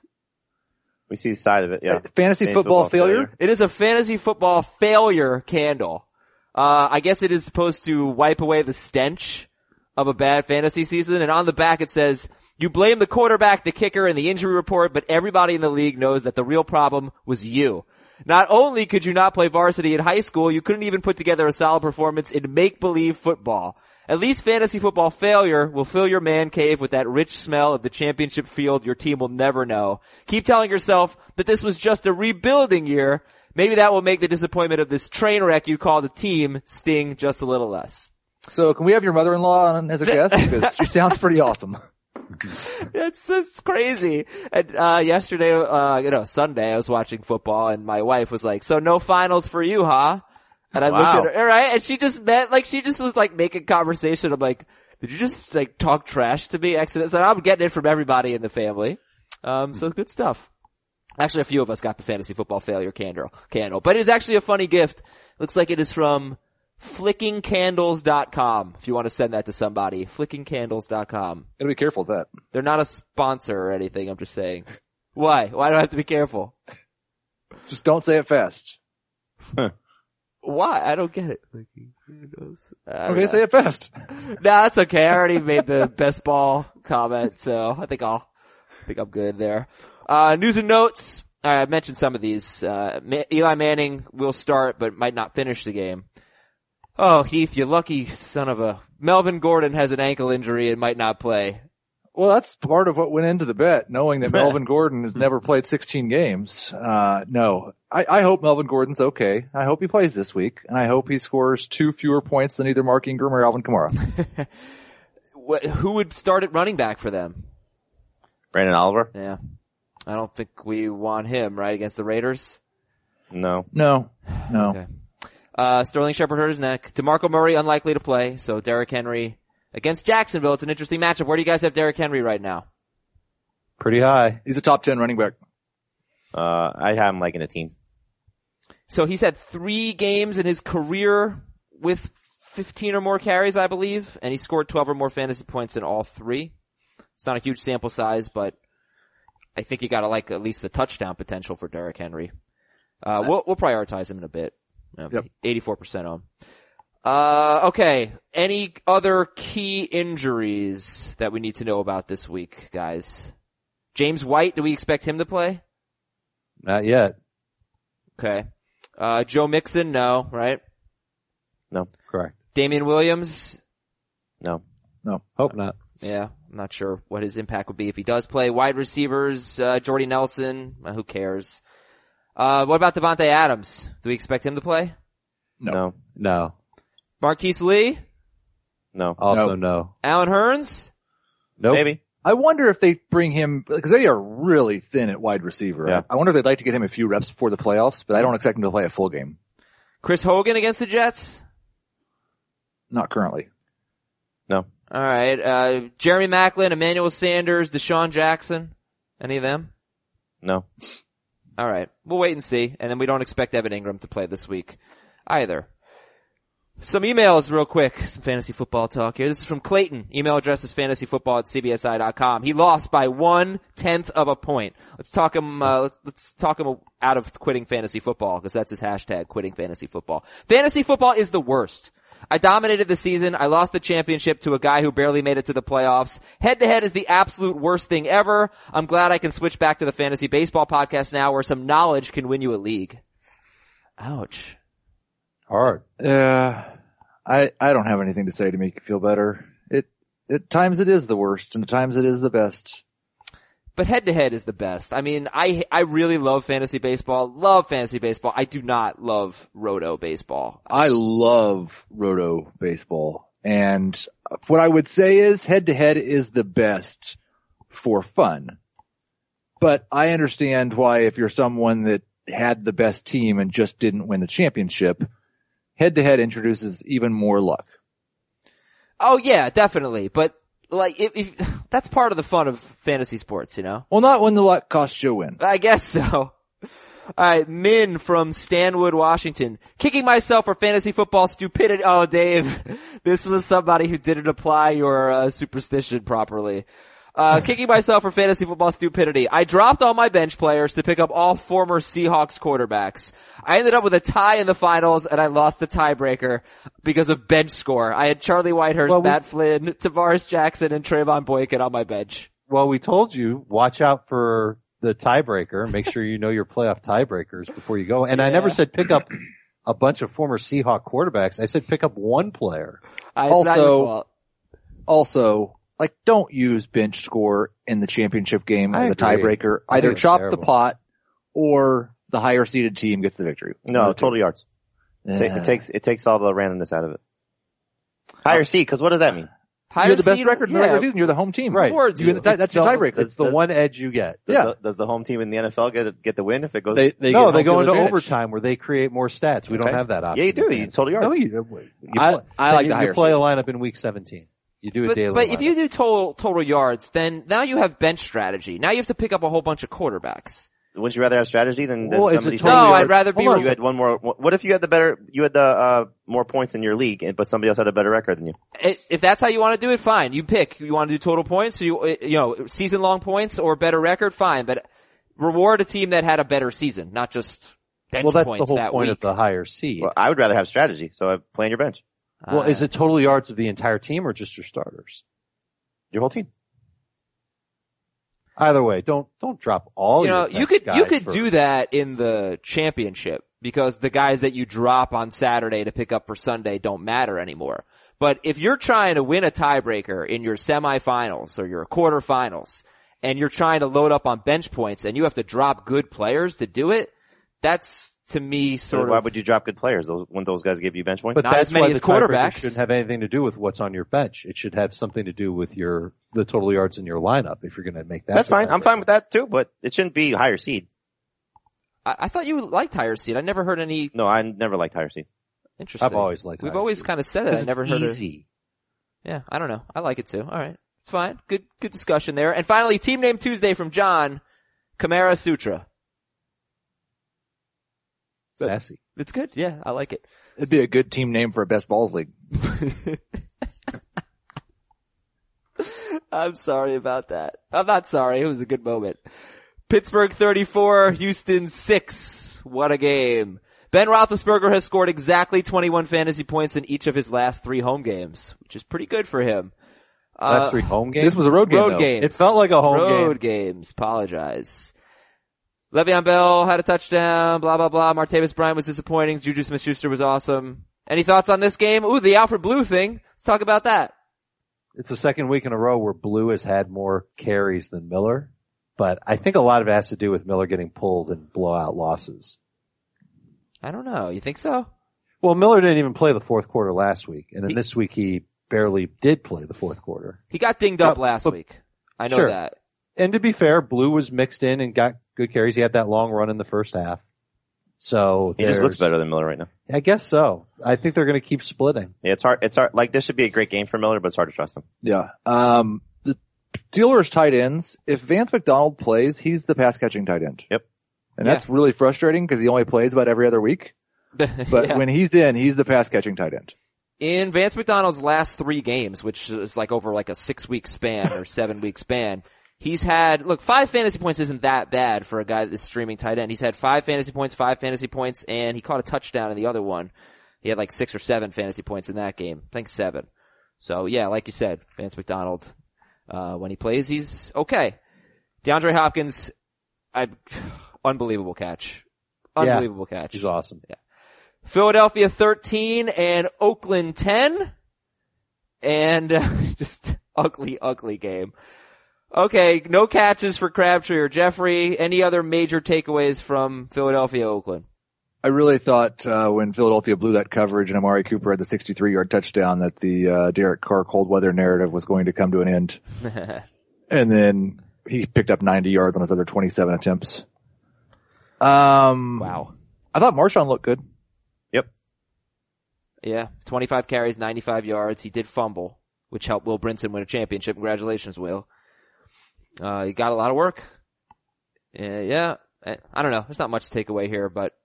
D: We see the side of it. Yeah.
C: Uh, Fantasy football failure?
B: It is a fantasy football failure candle. Uh, I guess it is supposed to wipe away the stench of a bad fantasy season. And on the back it says, you blame the quarterback, the kicker, and the injury report, but everybody in the league knows that the real problem was you. Not only could you not play varsity in high school, you couldn't even put together a solid performance in make-believe football. At least fantasy football failure will fill your man cave with that rich smell of the championship field your team will never know. Keep telling yourself that this was just a rebuilding year. Maybe that will make the disappointment of this train wreck you call the team sting just a little less.
C: So can we have your mother-in-law on as a guest? Because she sounds pretty awesome.
B: It's just crazy. And uh, yesterday, uh, you know, Sunday, I was watching football, and my wife was like, "So no finals for you, huh?" And I
D: Wow.
B: looked at her, all right, and she just meant like she just was like making conversation. I'm like, "Did you just like talk trash to me?" Accident. So I'm getting it from everybody in the family. Um, so good stuff. Actually, a few of us got the fantasy football failure candle, candle, but it is actually a funny gift. Looks like it is from flickingcandles.com if you want to send that to somebody. flickingcandles.com.
C: Gotta be careful of that.
B: They're not a sponsor or anything. I'm just saying. Why? Why do I have to be careful?
C: Just don't say it fast.
B: Why? I don't get it. Like, who knows? I don't
C: Okay, say it fast.
B: know. No, that's okay. I already made the best ball comment, so I think I'll, I think I'm good there. Uh, news and notes. All right, I mentioned some of these. Uh, Ma- Eli Manning will start, but might not finish the game. Oh, Heath, you lucky son of a. Melvin Gordon has an ankle injury and might not play.
C: Well, that's part of what went into the bet, knowing that Melvin Gordon has never played 16 games. Uh, no, I, I hope Melvin Gordon's okay. I hope he plays this week, and I hope he scores two fewer points than either Mark Ingram or Alvin Kamara.
B: Wh- who would start at running back for them?
D: Brandon Oliver?
B: Yeah. I don't think we want him, right, against the Raiders?
D: No.
C: No, no.
B: Okay. Uh, Sterling Shepard hurt his neck. DeMarco Murray unlikely to play, so Derrick Henry against Jacksonville. It's an interesting matchup. Where do you guys have Derrick Henry right now?
E: Pretty high.
C: He's a top 10 running back.
D: Uh, I have him like in the teens.
B: So he's had three games in his career with 15 or more carries, I believe, and he scored 12 or more fantasy points in all three. It's not a huge sample size, but I think you gotta like at least the touchdown potential for Derrick Henry. Uh, we'll, we'll prioritize him in a bit. Um,
C: Yep.
B: 84% on. Uh, okay. Any other key injuries that we need to know about this week, guys? James White, do we expect him to play?
E: Not yet.
B: Okay. Uh, Joe Mixon, no, right?
D: No.
E: Correct.
B: Damian Williams,
D: No.
E: Hope not.
B: yeah, I'm not sure what his impact would be if he does play. Wide receivers, uh, Jordy Nelson, uh, who cares? Uh, what about Devontae Adams? Do we expect him to play?
C: No.
D: No.
E: No.
B: Marquise Lee,
D: No.
E: Also no.
B: Alan Hearns?
E: Nope.
D: Maybe.
C: I wonder if they bring him, because they are really thin at wide receiver.
D: Yeah.
C: I wonder if they'd like to get him a few reps before the playoffs, but I don't expect him to play a full game.
B: Chris Hogan against the Jets?
C: Not currently.
D: No.
B: Alright, uh, Jeremy Macklin, Emmanuel Sanders, Deshaun Jackson? Any of them?
D: No.
B: All right. We'll wait and see. And then we don't expect Evan Ingram to play this week either. Some emails real quick. Some fantasy football talk here. This is from Clayton. Email address is fantasyfootball at cbsi.com. He lost by one tenth of a point. Let's talk him, uh, let's- let's talk him out of quitting fantasy football because that's his hashtag, quitting fantasy football. Fantasy football is the worst. I dominated the season. I lost the championship to a guy who barely made it to the playoffs. Head to head is the absolute worst thing ever. I'm glad I can switch back to the fantasy baseball podcast now where some knowledge can win you a league. Ouch.
E: Hard.
C: Yeah. I, I don't have anything to say to make you feel better. It, at times it is the worst and at times it is the best.
B: But head to head is the best. I mean, I, I really love fantasy baseball, love fantasy baseball. I do not love roto baseball.
C: I love roto baseball and what I would say is head to head is the best for fun. But I understand why if you're someone that had the best team and just didn't win a championship, head to head introduces even more luck.
B: Oh yeah, definitely. But like, if, if, that's part of the fun of fantasy sports, you know?
C: Well, not when the luck costs you a win.
B: I guess so. Alright, Min from Stanwood, Washington. Kicking myself for fantasy football stupidity. Oh, Dave, this was somebody who didn't apply your uh, superstition properly. Uh, kicking myself for fantasy football stupidity. I dropped all my bench players to pick up all former Seahawks quarterbacks. I ended up with a tie in the finals and I lost the tiebreaker because of bench score. I had Charlie Whitehurst,
E: Well, we-
B: Matt Flynn, Tavares Jackson, and Trayvon Boykin on my bench.
E: Well, we told you, watch out for the tiebreaker. Make sure you know your playoff tiebreakers before you go. And I never
B: Yeah.
E: said pick up a bunch of former Seahawk quarterbacks. I said pick up one player.
B: Uh, it's not your
C: Also-
B: fault.
C: Also, like, don't use bench score in the championship game
E: I
C: as a
E: agree.
C: tiebreaker.
E: I think
C: Either
E: it's
C: chop the
E: terrible.
C: pot or the higher seeded team gets the victory.
D: No,
C: totally.
D: total yards. It ta- It takes it takes all the randomness out of it.
C: Uh,
D: Higher C, because what does that mean?
B: Higher
C: You're the best
B: seed-
C: record in the
B: yeah,
C: regular season. You're the home team.
E: Right.
B: Awards
C: You win the
B: you.
C: ti- that's your
E: Don't-
C: tiebreaker.
E: It's the
D: Does-
E: one edge you get.
D: Does
C: Yeah.
D: the, does the home team in the NFL get get the win if it goes?
C: They, they
E: no,
C: get
E: they go
C: home field
E: into
C: advantage.
E: overtime where they create more stats. We don't
D: Okay.
E: have that option.
D: yeah, you do.
E: in
D: You
E: fantasy.
D: total yards.
E: No, you, you
C: I-
E: play-
C: I like
E: you,
C: the
E: you
C: higher
E: play
C: seed.
E: a lineup in week 17. You do a
B: But,
E: daily
B: but if
E: lineup.
B: you do total, total yards, then now you have bench strategy. Now you have to pick up a whole bunch of quarterbacks.
D: Wouldn't you rather have strategy than, than
E: Well, it's a
D: somebody?
E: total
D: saying
E: No,
D: you
E: I'd
D: had-
B: rather be
D: hold on,
B: res-
D: You had one more. What if you had the better? You had the uh, more points in your league, and- but somebody else had a better record than you.
B: I- If that's how you want to do it, fine. You pick. You want to do total points, you uh, you know season long points or better record, fine. But reward a team that had a better season, not just bench
E: well, that's
B: points
E: the whole
B: that
E: point
B: week.
E: of the higher seed.
D: Well, I would rather have strategy, so I play on your bench,
E: well,
B: Uh,
E: is it total yards of the entire team or just your starters?
D: your whole team.
E: Either way, don't don't drop all.
B: you know
E: your
B: you could
E: guys
B: you could
E: for-
B: do that in the championship because the guys that you drop on Saturday to pick up for Sunday don't matter anymore. But if you're trying to win a tiebreaker in your semifinals or your quarterfinals and you're trying to load up on bench points and you have to drop good players to do it, that's to me
D: So
B: sort
D: why
B: of
D: would you drop good players Those- when those guys give you bench points?
E: But
B: Not
E: that's
B: as many
E: why
B: as
E: the tiebreaker
B: quarterbacks.
E: shouldn't have anything to do with what's on your bench. It should have something to do with your the total yards in your lineup. If you're going to make that,
D: that's
E: the
D: fine. I'm
E: tiebreaker.
D: fine with that too, but it shouldn't be higher seed.
B: I, I thought you liked higher seed. I never heard any
D: No, I never liked higher seed.
B: interesting.
E: I've always liked.
B: We've always kind of said that. I never heard of
E: easy.
B: Yeah, I don't know. I like it too. All right. It's fine. Good good discussion there. And finally, team name Tuesday from John, Kamara Sutra.
E: sassy.
B: It's good. Yeah, I like it.
C: It'd be a good team name for a best balls league.
B: I'm sorry about that. I'm not sorry. It was a good moment. Pittsburgh 34, Houston 6. What a game. Ben Roethlisberger has scored exactly 21 fantasy points in each of his last three home games, which is pretty good for him. Uh,
E: Last three home games.
C: This was a road game.
B: road
C: though.
B: game.
E: It felt like a home
B: road
E: game.
B: games. Apologize. Le'Veon Bell had a touchdown. Blah blah blah. Martavis Bryant was disappointing. Juju Smith-Schuster was awesome. Any thoughts on this game? Ooh, the Alfred Blue thing. Let's talk about that.
E: It's the second week in a row where Blue has had more carries than Miller, but I think a lot of it has to do with Miller getting pulled and blowout losses.
B: I don't know. You think so?
E: Well, Miller didn't even play the fourth quarter last week, and then
B: He-
E: this week he barely did play the fourth quarter.
B: He got dinged up
E: Uh,
B: last
E: but-
B: week. I know
E: Sure.
B: that.
E: and to be fair, Blue was mixed in and got good carries. He had that long run in the first half. So
D: He just
E: there's-
D: looks better than Miller right now.
E: I guess so. I think they're going to keep splitting.
D: Yeah, it's hard. It's hard. Like this should be a great game for Miller, but it's hard to trust him.
C: Yeah. Um, the Steelers tight ends, if Vance McDonald plays, he's the pass catching tight end.
D: Yep.
C: And
B: Yeah.
C: that's really frustrating because he only plays about every other week. But
B: Yeah.
C: when he's in, he's the pass catching tight end.
B: in Vance McDonald's last three games, which is like over like a six week span or seven week span, he's had, look, five fantasy points isn't that bad for a guy that's streaming tight end. He's had five fantasy points, five fantasy points, and he caught a touchdown in the other one. He had like six or seven fantasy points in that game. I think seven. So yeah, like you said, Vance McDonald, uh, when he plays, he's okay. DeAndre Hopkins, I, unbelievable catch.
E: Yeah.
B: Unbelievable catch.
E: He's awesome.
B: Philadelphia 13 and Oakland 10. And uh, just ugly, ugly game. Okay, no catches for Crabtree or Jeffrey. Any other major takeaways from Philadelphia, Oakland?
C: I really thought, uh, when Philadelphia blew that coverage and Amari Cooper had the 63 yard touchdown that the, uh, Derek Carr cold weather narrative was going to come to an end. and then he picked up 90 yards on his other 27 attempts. Um, wow. I thought Marshawn looked good.
D: Yep.
B: yeah, 25 carries, 95 yards. He did fumble, which helped Will Brinson win a championship. Congratulations, Will. Uh, he got a lot of work. Yeah, yeah. I- I don't know. There's not much to take away here, but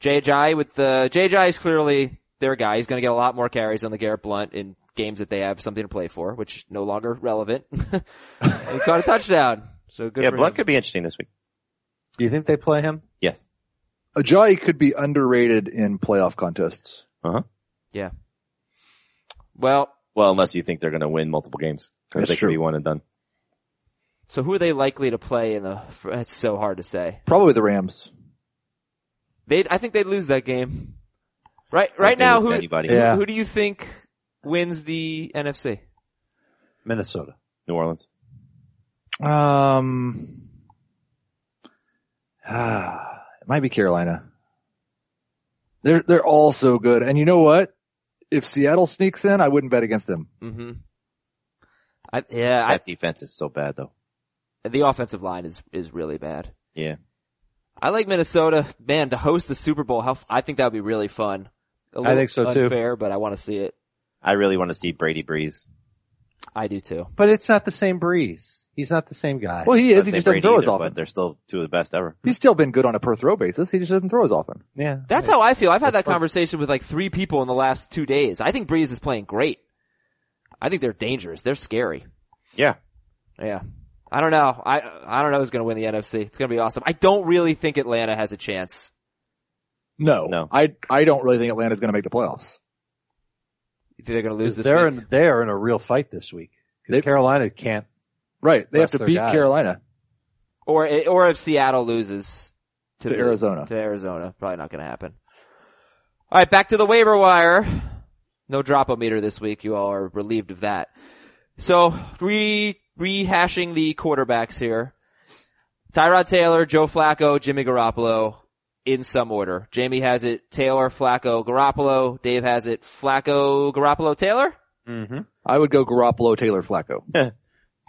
B: JJ with the JJ is clearly their guy. He's going to get a lot more carries on the Garrett Blunt and games that they have something to play for, which no longer relevant. and he caught a touchdown. So good
D: yeah,
B: for
D: Blunt
B: him.
D: could be interesting this week.
E: Do you think they play him?
D: Yes.
C: Ajayi could be underrated in playoff contests.
D: Uh huh.
B: Well,
D: Well, unless you think they're going to win multiple games, 'cause
C: That's
D: they
C: true.
D: could be one and done.
B: so who are they likely to play in the, that's so hard to say.
C: Probably the Rams.
B: They, I think they'd lose that game. Right,
D: I
B: right
D: think
B: now,
D: it's
B: who,
D: anybody.
B: who-
E: Yeah.
B: who do you think wins the NFC?
E: Minnesota.
D: New Orleans.
C: Um, ah, it might be Carolina. They're they're all so good, and you know what? If Seattle sneaks in, I wouldn't bet against them.
E: Mm-hmm.
B: hmm I, yeah, I,
D: That defense is so bad though.
B: the offensive line is, is really bad.
D: Yeah.
B: I like Minnesota, man, to host the Super Bowl. How, f- I think that would be really fun. A little
E: think so,
B: unfair,
E: too.
B: but I want to see it.
D: I really want to see Brady Breeze.
B: I do too.
E: But it's not the same Breeze. He's not the same guy.
C: Well, he
D: Not
C: is. He
D: say
C: just doesn't
D: Brady
C: throw as
D: either,
C: often.
D: But they're still two of the best ever.
C: He's still been good on a per throw basis. He just doesn't throw as often.
E: yeah.
B: That's how I feel. I've had that conversation with like three people in the last two days. I think Breeze is playing great. I think they're dangerous. They're scary.
D: Yeah.
B: Yeah. I don't know. I, I don't know who's going to win the NFC. It's going to be awesome. I don't really think Atlanta has a chance.
C: No,
D: No.
C: I I don't really think Atlanta's going to make the playoffs.
B: You think they're going to lose
E: 'Cause
B: this
E: they're
B: week?
E: in, they are in a real fight this week.
C: They-
E: Because Carolina can't.
C: Right? They
E: That's
C: have to
E: their
C: beat
E: guys.
C: Carolina.
B: Or, eh, or if Seattle loses to,
C: To
B: the-
C: Arizona.
B: to Arizona, probably not going to happen. All right, back to the waiver wire. No dropometer this week. You all are relieved of that. So re rehashing the quarterbacks here: Tyrod Taylor, Joe Flacco, Jimmy Garoppolo, in some order. Jamie has it: Taylor, Flacco, Garoppolo. Dave has it: Flacco, Garoppolo, Taylor,
E: Mm-hmm.
C: I would go Garoppolo, Taylor, Flacco.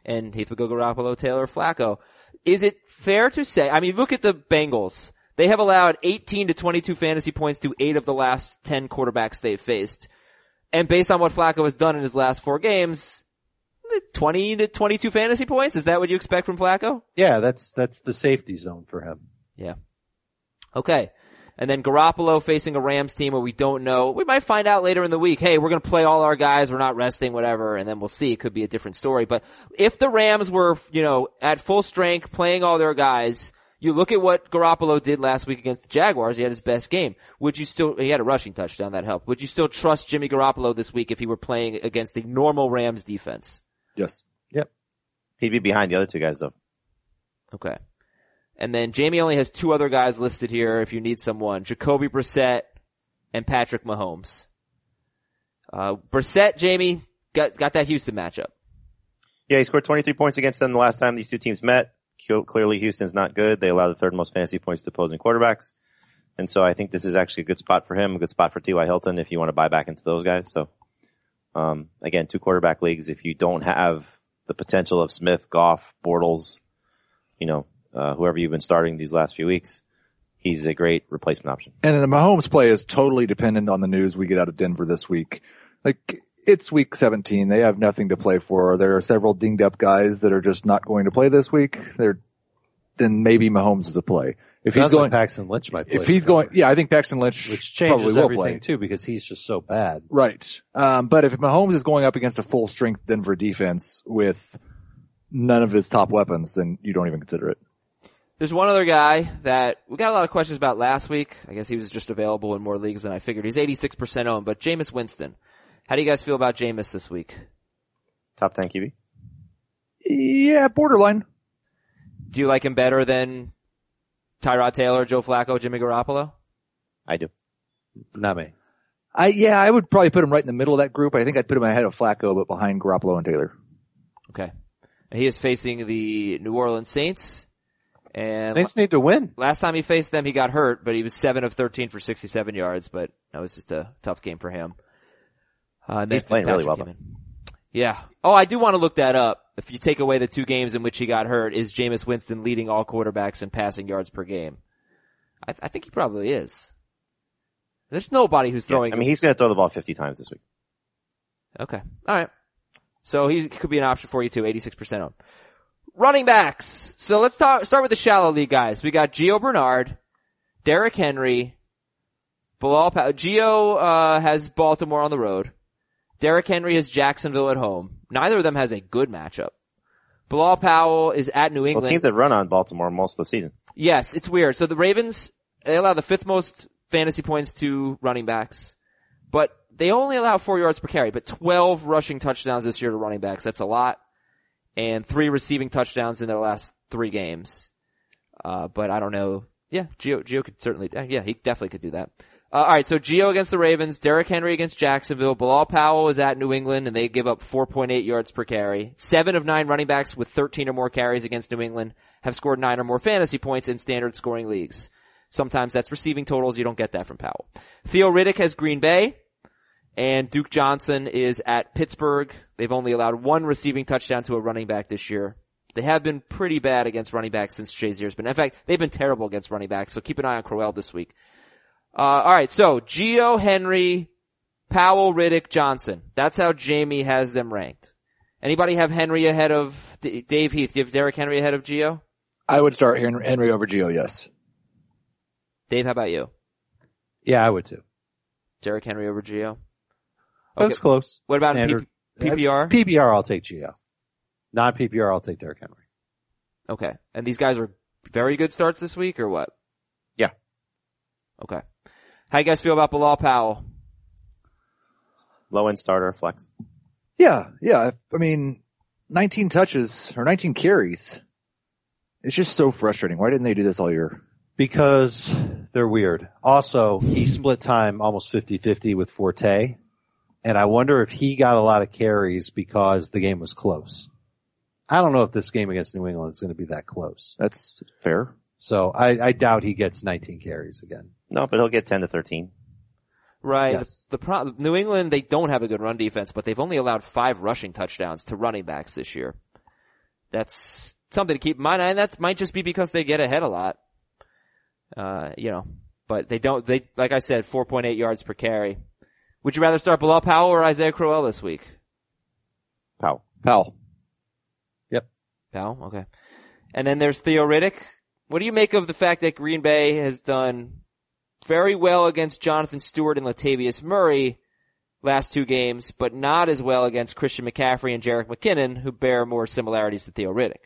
B: and Heath would go Garoppolo, Taylor, Flacco. Is it fair to say? I mean, look at the Bengals. They have allowed 18 to 22 fantasy points to eight of the last 10 quarterbacks they've faced. And based on what Flacco has done in his last four games, 20 to 22 fantasy points? Is that what you expect from Flacco?
E: Yeah, that's, that's the safety zone for him.
B: Okay. And then Garoppolo facing a Rams team where we don't know. We might find out later in the week, hey, we're going to play all our guys. We're not resting, whatever. And then we'll see. It could be a different story. But if the Rams were, you know, at full strength playing all their guys, you look at what Garoppolo did last week against the Jaguars. He had his best game. Would you still, he had a rushing touchdown that helped. Would you still trust Jimmy Garoppolo this week if he were playing against the normal Rams defense?
C: Yes.
D: He'd be behind the other two guys though.
B: Okay. And then Jamie only has two other guys listed here if you need someone. Jacoby Brissett and Patrick Mahomes. Uh, Brissett, Jamie, got, got that Houston matchup.
D: Yeah, he scored 23 points against them the last time these two teams met. Cu- Clearly Houston's not good. They allow the third most fantasy points to opposing quarterbacks. And so I think this is actually a good spot for him, a good spot for T.Y. Hilton if you want to buy back into those guys. So, um, again, two quarterback leagues. If you don't have the potential of Smith, Goff, Bortles, you know, uh, whoever you've been starting these last few weeks, he's a great replacement option.
C: And the Mahomes play is totally dependent on the news we get out of Denver this week. Like, it's week 17. They have nothing to play for. There are several dinged up guys that are just not going to play this week. They're, then maybe Mahomes is a play. If he's
E: Sounds like
C: going,
E: Paxton Lynch might play.
C: if he's
E: for
C: going,
E: Denver,
C: yeah, I think Paxton Lynch
E: which
C: probably
E: changes
C: will
E: everything
C: play.
E: too because he's just so bad.
C: Right. Um, but if Mahomes is going up against a full strength Denver defense with none of his top weapons, then you don't even consider it.
B: There's one other guy that we got a lot of questions about last week. I guess he was just available in more leagues than I figured. He's 86% owned, but Jameis Winston. How do you guys feel about Jameis this week?
D: Top 10 QB?
C: Yeah, borderline.
B: Do you like him better than Tyrod Taylor, Joe Flacco, Jimmy Garoppolo?
D: I do.
E: Not me.
C: I, yeah, I would probably put him right in the middle of that group. I think I'd put him ahead of Flacco, but behind Garoppolo and Taylor.
B: Okay. He is facing the New Orleans Saints. And
E: Saints need to win.
B: Last time he faced them, he got hurt, but he was seven of thirteen for sixty-seven yards. But that was just a tough game for him. Uh, and
D: He's
B: then
D: playing really
B: Fitzpatrick
D: well,
B: came in. Yeah. Oh, I do want to look that up. If you take away the two games in which he got hurt, is Jameis Winston leading all quarterbacks in passing yards per game? I, I think he probably is. There's nobody who's
D: Yeah,
B: throwing.
D: I mean, he's going to throw the ball 50 times this week.
B: Okay. All right. So he could be an option for you too. 86% owned. Running backs. So let's talk, start with the shallow league guys. We got Gio Bernard, Derrick Henry, Bilal pa- Gio, uh, has Baltimore on the road. Derrick Henry has Jacksonville at home. Neither of them has a good matchup. Bilal Powell is at New
D: Well,
B: England.
D: teams have run on Baltimore most of the season.
B: Yes, it's weird. So the Ravens, they allow the fifth most fantasy points to running backs, but they only allow four yards per carry, but 12 rushing touchdowns this year to running backs. That's a lot. And three receiving touchdowns in their last three games. Uh, but I don't know. Yeah, Geo, Geo could certainly, uh, yeah, he definitely could do that. Uh, alright, so Geo against the Ravens, Derrick Henry against Jacksonville, Bilal Powell is at New England and they give up 4.8 yards per carry. Seven of nine running backs with 13 or more carries against New England have scored nine or more fantasy points in standard scoring leagues. Sometimes that's receiving totals, you don't get that from Powell. Theo Riddick has Green Bay and Duke Johnson is at Pittsburgh. They've only allowed one receiving touchdown to a running back this year. They have been pretty bad against running backs since Shazier's been. In fact, they've been terrible against running backs. So keep an eye on Crowell this week. Uh, all right. So Geo Henry, Powell, Riddick, Johnson. That's how Jamie has them ranked. Anybody have Henry ahead of D- Dave Heath? Give Derrick Henry ahead of Geo.
C: I would start Hen- Henry over Geo. Yes.
B: Dave, how about you?
E: Yeah, I would too.
B: Derrick Henry over Geo.
E: That's close.
B: What about in
E: Standard-
B: P- PPR?
E: PPR, I'll take Gio. Non PPR, I'll take Derrick Henry.
B: Okay. And these guys are very good starts this week or what?
D: Yeah.
B: Okay. How you guys feel about Bilal Powell?
D: Low end starter flex.
C: Yeah, yeah. I mean, 19 touches or 19 carries. It's just so frustrating. Why didn't they do this all year?
E: Because they're weird. Also, he split time almost 50-50 with Forte. And I wonder if he got a lot of carries because the game was close. I don't know if this game against New England is going to be that close.
C: That's fair.
E: So I, I doubt he gets 19 carries again.
D: No, but he'll get 10 to 13.
B: Right.
E: Yes.
B: The, the pro- New England, they don't have a good run defense, but they've only allowed five rushing touchdowns to running backs this year. That's something to keep in mind, and that might just be because they get ahead a lot. Uh, you know, but they don't, they, like I said, 4.8 yards per carry. Would you rather start Bilal Powell or Isaiah Crowell this week?
D: Powell.
C: Powell.
B: Powell, okay. And then there's Theo Riddick. What do you make of the fact that Green Bay has done very well against Jonathan Stewart and Latavius Murray last two games, but not as well against Christian McCaffrey and Jarek McKinnon, who bear more similarities to Theo Riddick?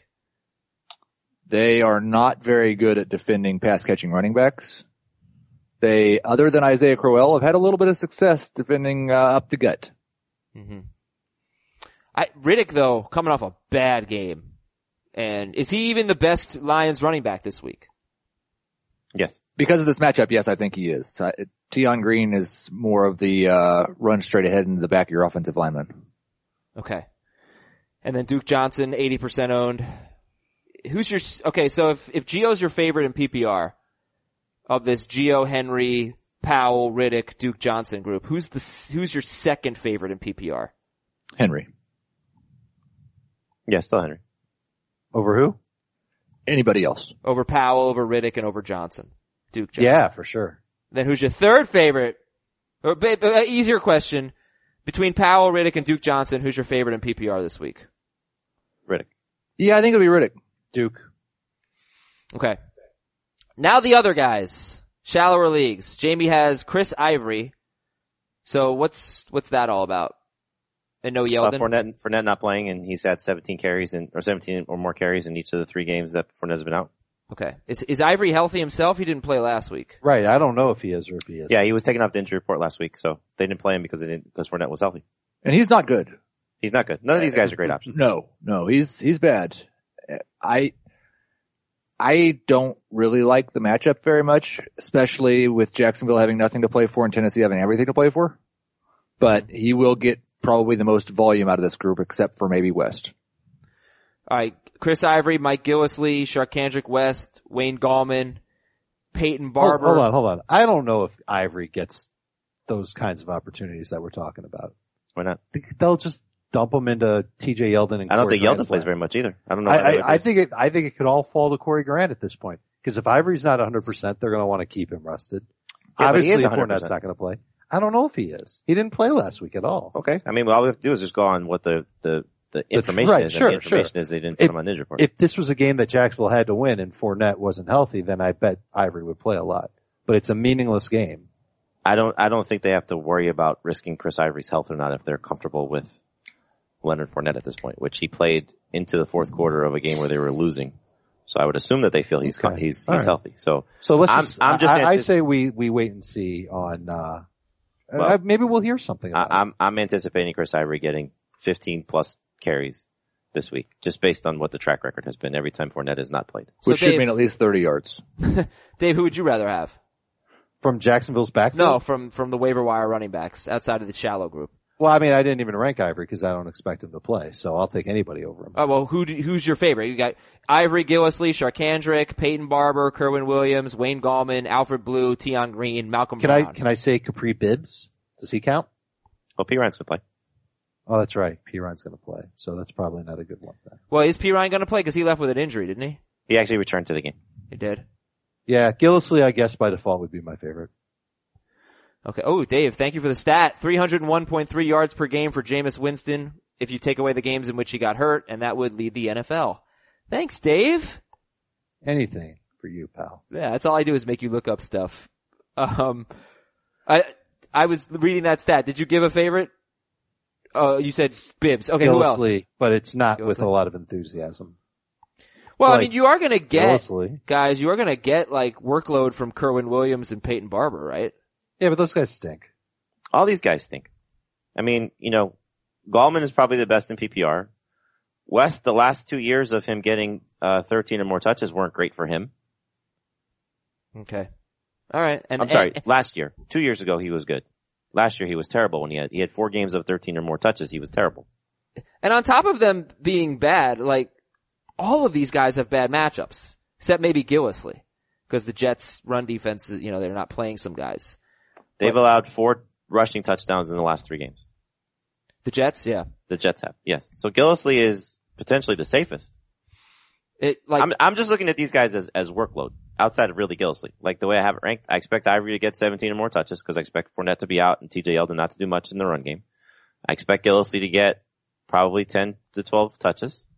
C: They are not very good at defending pass catching running backs. They, other than Isaiah Crowell, have had a little bit of success defending uh, up the gut.
B: Mm-hmm. I, Riddick though, coming off a bad game. And is he even the best Lions running back this week?
D: Yes.
C: Because of this matchup, yes, I think he is. Uh, Tion Green is more of the uh, run straight ahead into the back of your offensive lineman.
B: Okay. And then Duke Johnson, 80% owned. Who's your, okay, so if, if Geo's your favorite in PPR of this Geo, Henry, Powell, Riddick, Duke Johnson group, who's the, s- who's your second favorite in PPR?
C: Henry.
D: Yeah, still Henry.
E: Over who?
C: Anybody else?
B: Over Powell, over Riddick, and over Johnson. Duke Johnson.
E: Yeah, for sure.
B: Then who's your third favorite? Or, ba- ba- easier question. Between Powell, Riddick, and Duke Johnson, who's your favorite in PPR this week?
D: Riddick.
C: Yeah, I think it'll be Riddick.
E: Duke.
B: Okay. Now the other guys, shallower leagues. Jamie has Chris Ivory. So what's what's that all about? And no
D: Uh,
B: Yeldon.
D: Fournette, Fournette not playing and he's had 17 carries and, or 17 or more carries in each of the three games that Fournette's been out.
B: okay. Is is Ivory healthy himself? He didn't play last week.
E: Right. I don't know if he is or if he is.
D: Yeah, he was taken off the injury report last week, so they didn't play him because they didn't, because Fournette was healthy.
C: And he's not good.
D: He's not good. None of these guys are great options.
C: No, no, he's he's bad. Uh, I I don't really like the matchup very much, especially with Jacksonville having nothing to play for and Tennessee having everything to play for. But he will get probably the most volume out of this group, except for maybe West.
B: All right. Chris Ivory, Mike Gillisley, Sharkandrick West, Wayne Gallman, Peyton
E: Hold-
B: Barber.
E: Hold, on, hold on. I don't know if Ivory gets those kinds of opportunities that we're talking about.
D: Why not?
E: They'll just dump him into TJ Yeldon and
D: I don't
E: Corey
D: think Yeldon
E: Grant's
D: plays
E: lineup.
D: very much either. I don't know. why
E: I,
D: they would
E: I, I
D: use-
E: think it, I think it could all fall to Corey Grant at this point. Because if Ivory's not 100, percent they're going to want to keep him rested.
D: Yeah, but he
E: Obviously,
D: is 100%.
E: Fournette's not going to play. I don't know if he is. He didn't play last week at all.
D: Okay. I mean, all we have to do is just go on what the, the, the information
E: right,
D: is.
E: sure,
D: and the information
E: sure.
D: is they didn't
E: If-
D: put him on the injury report.
E: If this was a game that Jacksonville had to win and Fournette wasn't healthy, then I bet Ivory would play a lot. But it's a meaningless game.
D: I don't I don't think they have to worry about risking Chris Ivory's health or not if they're comfortable with Leonard Fournette at this point, which he played into the fourth quarter of a game where they were losing. So I would assume that they feel he's
E: Okay.
D: he's he's
E: All right.
D: healthy. So
E: So let's.
D: I'm-
E: just,
D: I'm just
E: I, I
D: antici-
E: say we we wait and see on. Uh,
D: Well-
E: uh, maybe we'll hear something. About
D: I, I'm I'm anticipating Chris Ivory getting 15 plus carries this week, just based on what the track record has been every time Fournette has not played.
B: So
C: which should
B: Dave-
C: mean at least 30 yards.
B: Dave, who would you rather have?
E: it. from Jacksonville's backfield.
B: No, from from the waiver wire running backs outside of the shallow group.
E: Well, I mean, I didn't even rank Ivory because I don't expect him to play, so I'll take anybody over him.
B: Oh well, who do, who's your favorite? You got Ivory Gillisley, Sharkandrick, Peyton Barber, Kerwin Williams, Wayne Gallman, Alfred Blue, Tion Green, Malcolm
E: Can I
B: Brown.
E: can I say Capri Bibbs? Does he count?
D: Well, P Ryan's would play.
E: Oh, that's right. Piran's going to play, so that's probably not a good one. Then.
B: well, is P Ryan going to play? Because he left with an injury, didn't he?
D: He actually returned to the game.
B: He did.
E: Yeah, Gillisley, I guess by default would be my favorite.
B: Okay. Oh, Dave, thank you for the stat. 301.3 yards per game for Jameis Winston if you take away the games in which he got hurt, and that would lead the NFL. Thanks, Dave.
E: Anything for you, pal.
B: Yeah, that's all I do is make you look up stuff. Um, I, I was reading that stat. Did you give a favorite? Uh, you said Bibbs. Okay, who else?
E: Gillisley, but it's not with
B: Gillisley.
E: a lot of enthusiasm.
B: Well, I
E: like
B: mean, you are gonna get,
E: Gillisley.
B: guys, you are gonna get like workload from Kerwin Williams and Peyton Barber, right?
E: Yeah, but those guys stink.
D: All these guys stink. I mean, you know, Gallman is probably the best in PPR. West, the last two years of him getting uh, 13 or more touches weren't great for him.
B: Okay. Alright. And,
D: I'm sorry,
B: and-
D: last year, two years ago, he was good. Last year, he was terrible when he had he had four games of 13 or more touches. He was terrible.
B: And on top of them being bad, like all of these guys have bad matchups, except maybe Gillisley, because the Jets' run defense, is- you know, they're not playing some guys.
D: They've allowed four rushing touchdowns in the last three games.
B: The Jets, yeah,
D: The Jets have yes. So Gillisley is potentially the safest.
B: it like
D: I'm I'm just looking at these guys as as workload outside of really Gillisley. Like the way I have it ranked, I expect Ivory to get 17 or more touches because I expect Fournette to be out and T.J. Yeldon not to do much in the run game. I expect Gillisley to get probably 10 to 12 touches.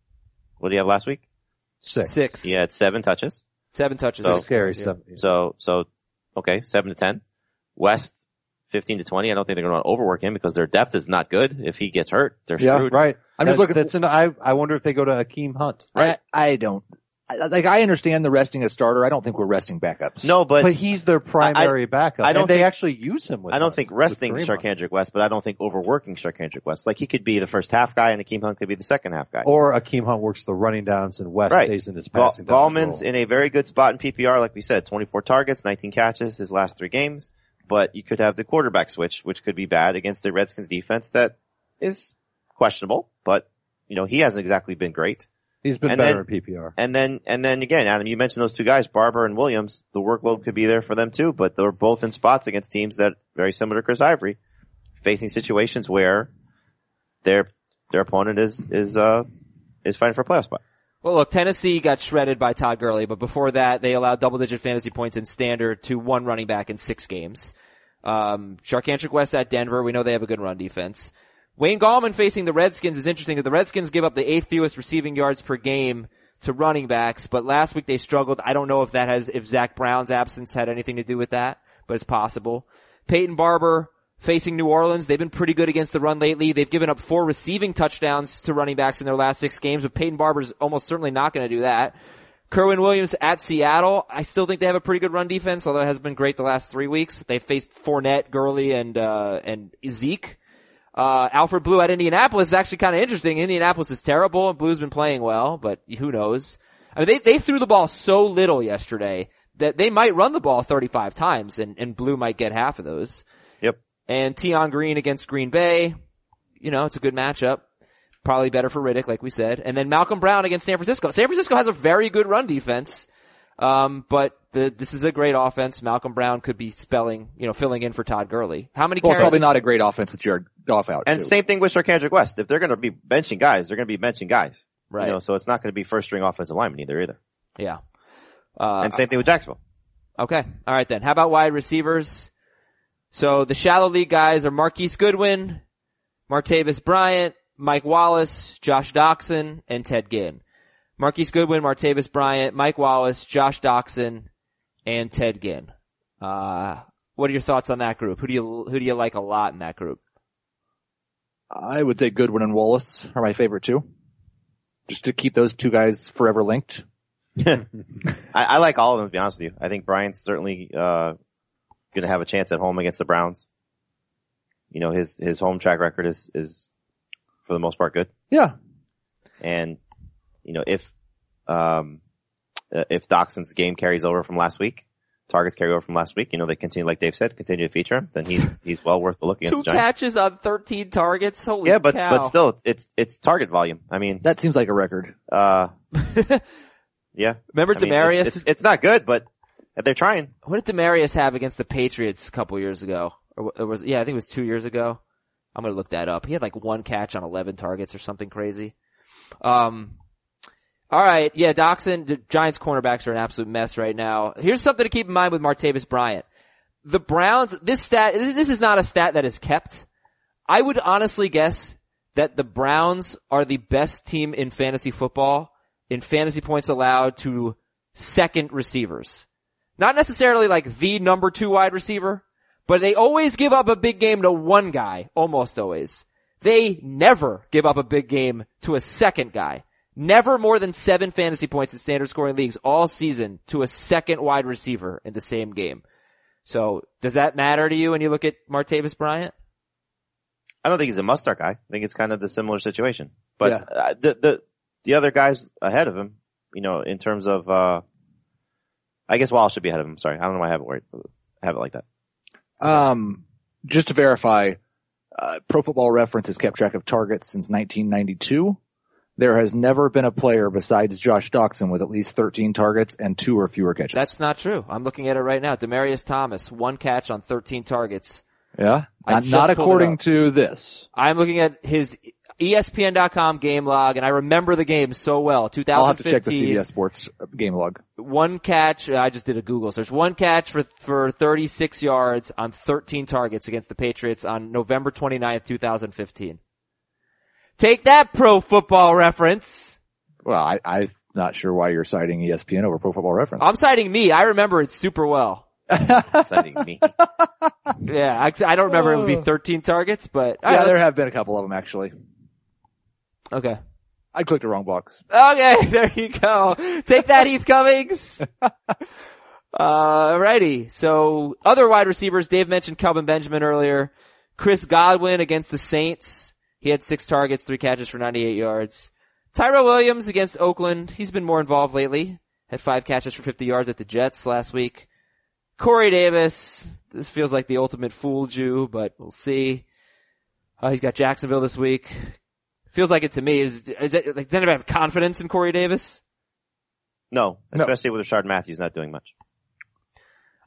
D: What did he have last week?
E: Six.
B: six,
D: He had seven touches.
B: seven touches.
D: So-
E: Six carries.
B: Yeah.
E: seven-
D: Oh, So, so, okay, 7 to 10. West, 15 to 20. I don't think they're going to overwork him because their depth is not good. If he gets hurt, they're
C: Yeah,
D: screwed.
E: Right.
C: I'm just
E: That-
C: looking-
E: That's an. I. I wonder if they go to Akeem Hunt.
C: I, I don't, I, like I understand the resting a starter. I don't think we're resting backups.
D: No, but,
E: But, he's their primary backup.
D: I don't
E: and they
D: think-
E: actually use him with.
D: I don't
E: Hunt,
D: think
E: uh, with
D: resting
E: Kareem Hunt.
D: Sharkhandrick West, but I don't think overworking Sharkhandrick West. Like he could be the first half guy and Akeem Hunt could be the second half guy.
E: Or Akeem Hunt works the running downs and West
D: Right.
E: stays in his
D: Gall-
E: passing. down
D: Gallman's
E: role.
D: in a very good spot in PPR, like we said, 24 targets, 19 catches his last three games, but you could have the quarterback switch, which could be bad against the Redskins defense that is questionable, but you know, he hasn't exactly been great.
E: He's been
D: and
E: better in PPR.
D: And then, and then again, Adam, you mentioned those two guys, Barber and Williams, the workload could be there for them too, but they're both in spots against teams that very similar to Chris Ivory, facing situations where their, their opponent is, is, uh, is fighting for a playoff spot.
B: Well, look, Tennessee got shredded by Todd Gurley, but before that, they allowed double-digit fantasy points in standard to one running back in six games. Um, Sharkantrick West at Denver, we know they have a good run defense. Wayne Gallman facing the Redskins is interesting because the Redskins give up the eighth fewest receiving yards per game to running backs, but last week they struggled. I don't know if that has, if Zach Brown's absence had anything to do with that, but it's possible. Peyton Barber facing New Orleans. They've been pretty good against the run lately. They've given up four receiving touchdowns to running backs in their last six games, but Peyton Barber's almost certainly not going to do that. Kerwin Williams at Seattle. I still think they have a pretty good run defense, although it has been great the last three weeks. They faced Fournette, Gurley, and, uh, and Zeke. Uh, Alfred Blue at Indianapolis is actually kind of interesting. Indianapolis is terrible and Blue's been playing well, but who knows? I mean, they, they threw the ball so little yesterday that they might run the ball 35 times and, and Blue might get half of those.
D: Yep.
B: And Tion Green against Green Bay, you know, it's a good matchup. Probably better for Riddick, like we said. And then Malcolm Brown against San Francisco. San Francisco has a very good run defense. Um, but the, this is a great offense. Malcolm Brown could be spelling, you know, filling in for Todd Gurley. How many
C: well, it's
B: carries?
C: probably not a great offense with Jared Goff out.
D: And
C: too.
D: same thing with Sharkandrick West. If they're going to be benching guys, they're going to be benching guys.
B: Right.
D: You know, so it's not going to be first string offensive lineman either, either.
B: Yeah. Uh,
D: and same thing with Jacksonville.
B: Okay. All right then. How about wide receivers? So the shallow league guys are Marquise Goodwin, Martavis Bryant, Mike Wallace, Josh Doxson, and Ted Ginn. Marquise Goodwin, Martavis Bryant, Mike Wallace, Josh Doxson, and Ted Ginn. Uh, What are your thoughts on that group? Who do you who do you like a lot in that group?
C: I would say Goodwin and Wallace are my favorite two. Just to keep those two guys forever linked.
D: I, I like all of them to be honest with you. I think Bryant's certainly uh gonna have a chance at home against the Browns. You know, his his home track record is is for the most part good.
C: Yeah.
D: And you know, if um uh, if Doxson's game carries over from last week, targets carry over from last week, you know, they continue like Dave said, continue to feature him, then he's he's well worth the look against
B: Two
D: the Giants.
B: catches on 13 targets. Holy
D: Yeah, but
B: cow.
D: but still it's it's target volume. I mean
C: That seems like a record.
D: uh yeah.
B: Remember
D: I mean,
B: Demarius?
D: it's, it's, it's not good, but they're trying.
B: What did Demarius have against the Patriots a couple years ago? Or wa- or was yeah, I think it was two years ago. I'm gonna look that up. He had like one catch on 11 targets or something crazy. Um, all right, yeah, Doxson. The Giants cornerbacks are an absolute mess right now. Here's something to keep in mind with Martavis Bryant. The Browns. This stat. This is not a stat that is kept. I would honestly guess that the Browns are the best team in fantasy football in fantasy points allowed to second receivers not necessarily like the number two wide receiver, but they always give up a big game to one guy, almost always. They never give up a big game to a second guy. Never more than seven fantasy points in standard scoring leagues all season to a second wide receiver in the same game. So does that matter to you when you look at Martavis Bryant?
D: I don't think he's a must start guy. I think it's kind of the similar situation. But
C: Yeah.
D: uh, the the the other guys ahead of him, you know, in terms of uh I guess Wallace should be ahead of him. Sorry, I don't know why I have it word have it like that.
C: Um, just to verify, uh, Pro Football Reference has kept track of targets since 1992. There has never been a player besides Josh Doxson with at least 13 targets and two or fewer catches.
B: That's not true. I'm looking at it right now. Demarius Thomas, one catch on 13 targets.
C: yeah,
B: I
C: not,
B: just
C: not
B: pulled it
C: according
B: up.
C: to this.
B: I'm looking at his E ESPN.com game log and I remember the game so well. 2015.
C: I'll have to check the CBS Sports uh, game log.
B: one catch. uh, I just did a Google search. One catch for for 36 yards on 13 targets against the Patriots on November 29th, 2015. Take that pro football reference.
C: Well, I, I'm not sure why you're citing E ESPN over Pro Football Reference.
B: I'm citing me. I remember it super well.
D: Sending me.
B: Yeah, I, I don't remember it would be 13 targets, but all
C: yeah,
B: right,
C: there
B: let's-
C: have been a couple of them actually.
B: okay.
C: I clicked the wrong box.
B: Okay, there you go. Take that, Heath Cummings. Uh, alrighty. So other wide receivers, Dave mentioned Calvin Benjamin earlier. Chris Godwin against the Saints. He had six targets, three catches for 98 yards. Tyrell Williams against Oakland. He's been more involved lately. Had five catches for 50 yards at the Jets last week. Corey Davis. This feels like the ultimate fool Jew, but we'll see. Uh, he's got Jacksonville this week. Feels like it to me. Is, is it, like, does anybody have confidence in Corey Davis?
D: No,
C: No.
D: especially with Richard Matthews not doing much.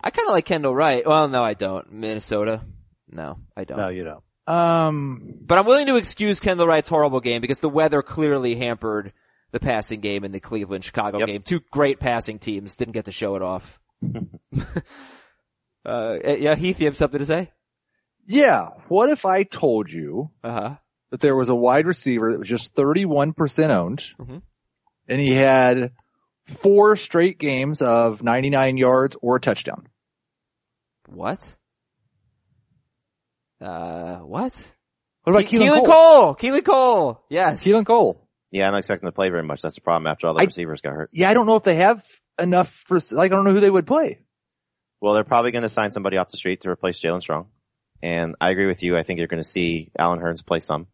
B: I kind of like Kendall Wright. Well, no, I don't. Minnesota. No, I don't.
E: No, you don't.
C: Um,
B: But I'm willing to excuse Kendall Wright's horrible game because the weather clearly hampered the passing game in the Cleveland Chicago
D: Yep.
B: game. Two great passing teams didn't get to show it off. uh, yeah, Heath, you have something to say?
C: yeah. What if I told you
B: Uh huh.
C: that there was a wide receiver that was just 31% owned
B: Mhm.
C: and he had four straight games of 99 yards or a touchdown.
B: What? Uh, what?
C: What about Keelan, Cole?
B: Cole? Keelan Cole. Yes.
C: Keelan Cole.
D: Yeah, I don't expect him to play very much. That's the problem after all the
C: I-
D: receivers got hurt.
C: Yeah, I don't know if they have enough for, like, I don't know who they would play.
D: Well, they're probably going to sign somebody off the street to replace Jalen Strong. And I agree with you. I think you're going to see Alan Hearns play some.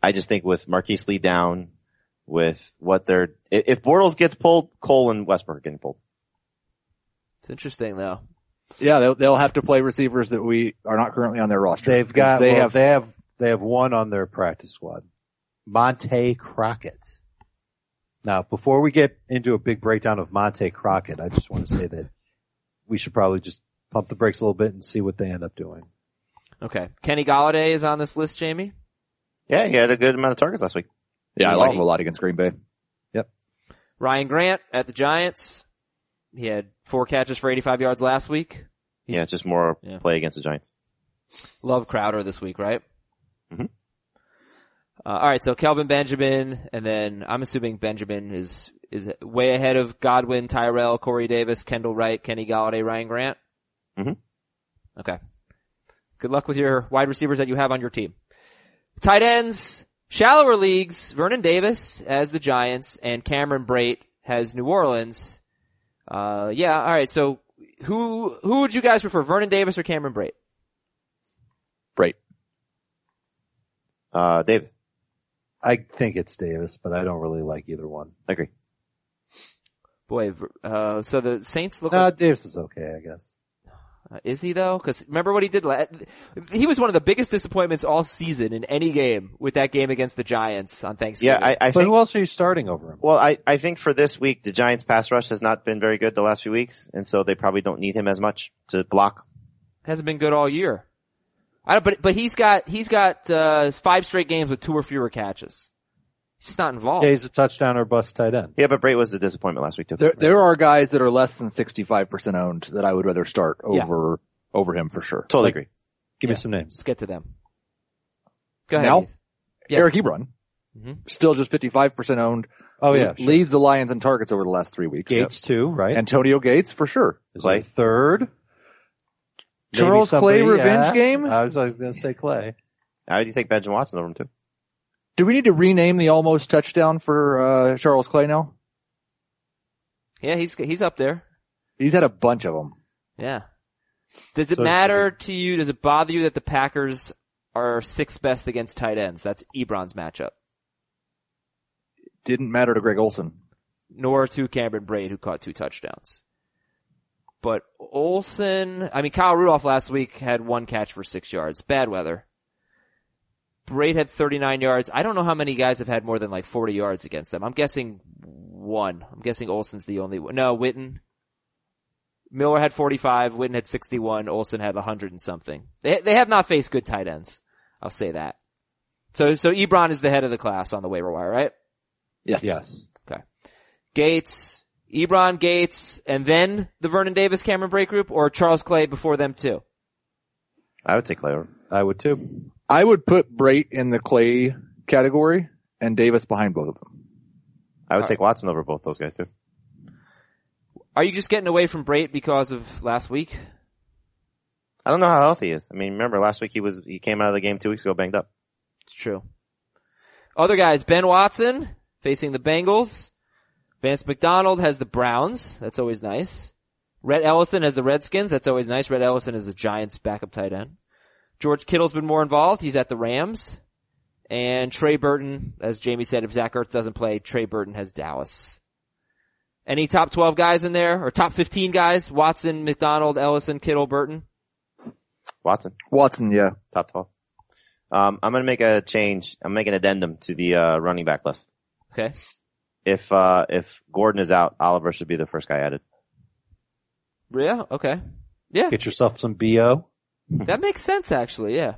D: I just think with Marquise Lee down, with what they're, i- if Bortles gets pulled, Cole and Westbrook are getting pulled.
B: It's interesting though.
C: Yeah, they'll, they'll have to play receivers that we are not currently on their roster.
E: They've
C: Because
E: got
C: they
E: well,
C: have,
E: they have they have one on their practice squad. Monte Crockett. Now, before we get into a big breakdown of Monte Crockett, I just want to say that we should probably just pump the brakes a little bit and see what they end up doing.
B: Okay. Kenny Galladay is on this list, Jamie.
D: Yeah, he had a good amount of targets last week.
C: yeah, I like him a lot against Green Bay.
B: Ryan Grant at the Giants. He had four catches for 85 yards last week. He's-
D: yeah, it's just more
B: Yeah.
D: play against the Giants.
B: Love Crowder this week, right?
D: Mhm.
B: Uh, all right, so Kelvin Benjamin, and then I'm assuming Benjamin is is way ahead of Godwin, Tyrell, Corey Davis, Kendall Wright, Kenny Galladay, Ryan Grant.
D: Mhm.
B: Okay. Good luck with your wide receivers that you have on your team. Tight ends, shallower leagues, Vernon Davis has the Giants and Cameron Brait has New Orleans. Uh, yeah, alright, so who, who would you guys prefer, Vernon Davis or Cameron Brait?
C: Right.
D: Uh, David,
E: I think it's Davis, but I don't really like either one.
D: I agree.
B: Boy, Ver- uh, so the Saints look
E: Uh, Davis is okay, I guess.
B: Uh, Is he though? Because remember what he did last. He was one of the biggest disappointments all season in any game with that game against the Giants on
D: Yeah,
B: Thanksgiving.
D: I, I
E: But
D: think.
E: who else are you starting over him?
D: Well, I, I think for this week, the Giants pass rush has not been very good the last few weeks, and so they probably don't need him as much to block.
B: hasn't been good all year. I don't, but but he's got he's got uh, five straight games with two or fewer catches. He's just not involved.
E: Yeah, he's a touchdown or bust tight end.
D: Yeah, but Bray was a disappointment last week too.
C: There, there are guys that are less than 65% owned that I would rather start
B: Yeah.
C: over, over him for sure.
D: totally agree.
E: Give
B: Yeah.
E: me some names.
B: Let's get to them. Go ahead.
C: Now?
B: Heath. Yeah.
C: Eric Ebron,
B: Mhm.
C: still just 55% owned.
E: Oh yeah, sure.
C: Leads the Lions in targets over the last three weeks.
E: Gates too, right?
C: Yep. Antonio Gates for sure.
E: is
D: Clay.
E: he third. Maybe
C: Charles Clay
E: somebody-
C: revenge
E: yeah. Uh,
C: game?
E: I was, I was gonna say Clay.
D: How do you take Benjamin Watson over him too?
C: Do we need to rename the almost touchdown for, uh, Charles Clay now?
B: Yeah, he's he's up there.
C: He's had a bunch of them.
B: Yeah. Does it
E: So-
B: matter to you? Does it bother you that the Packers are sixth best against tight ends? That's Ebron's matchup.
C: Didn't matter to Greg Olson.
B: nor to Cameron Braid, who caught two touchdowns. But Olson, I mean, Kyle Rudolph last week had one catch for six yards. Bad weather. Braid had 39 yards. I don't know how many guys have had more than like 40 yards against them. I'm guessing one. I'm guessing Olson's the only one. No, Witten. Miller had 45, Witten had 61, Olson had 100 and something. They, they have not faced good tight ends. I'll say that. So, so Ebron is the head of the class on the waiver wire, right?
C: Yes.
E: Yes.
B: Gates, Ebron Gates, and then the Vernon Davis Cameron Break group, or Charles Clay before them too.
D: I would take Clay over.
E: I would too.
C: I would put Brait in the Clay category and Davis behind both of them.
D: I would
B: All
D: take Watson over both those guys too.
B: Are you just getting away from Brait because of last week?
D: I don't know how healthy he is. I mean, remember last week he was he came out of the game two weeks ago banged up.
B: It's true. Other guys, Ben Watson facing the Bengals. Vance McDonald has the Browns. That's always nice. Red Ellison has the Redskins. That's always nice. Red Ellison is the Giants backup tight end. George Kittle's been more involved. He's at the Rams. And Trey Burton, as Jamie said, if Zach Ertz doesn't play, Trey Burton has Dallas. Any top 12 guys in there or top 15 guys? Watson, McDonald, Ellison, Kittle, Burton.
D: Watson,
C: Watson, yeah.
D: top twelve. Um, I'm gonna make a change. I'm making an addendum to the uh, running back list.
B: Okay.
D: If uh, if Gordon is out, Oliver should be the first guy added.
B: Yeah. Okay. Yeah.
E: Get yourself some bo.
B: That makes sense actually. Yeah.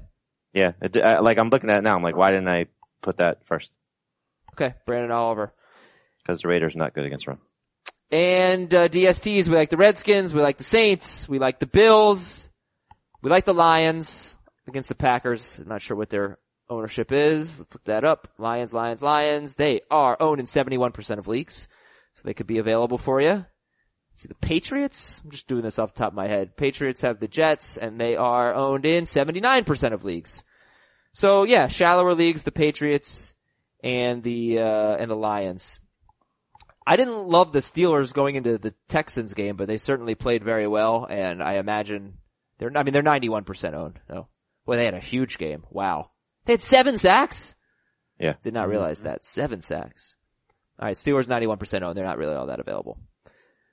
D: Yeah, it, I, like I'm looking at it now. I'm like, why didn't I put that first?
B: Okay. Brandon Oliver.
D: Because the Raiders are not good against run.
B: and uh, DSTs. We like the Redskins. We like the Saints. We like the Bills. We like the Lions against the Packers. I'm not sure what their ownership is. Let's look that up. Lions, Lions, Lions. They are owned in 71% of leagues, so they could be available for you. See the Patriots. I'm just doing this off the top of my head. Patriots have the Jets, and they are owned in 79% of leagues. So yeah, shallower leagues, the Patriots and the uh, and the Lions. I didn't love the Steelers going into the Texans game, but they certainly played very well, and I imagine they're, I mean, they're 91% owned. No. Boy, they had a huge game. Wow. They had seven sacks?
D: Yeah.
B: Did not realize that. Seven sacks. Alright, Steelers 91% owned. They're not really all that available.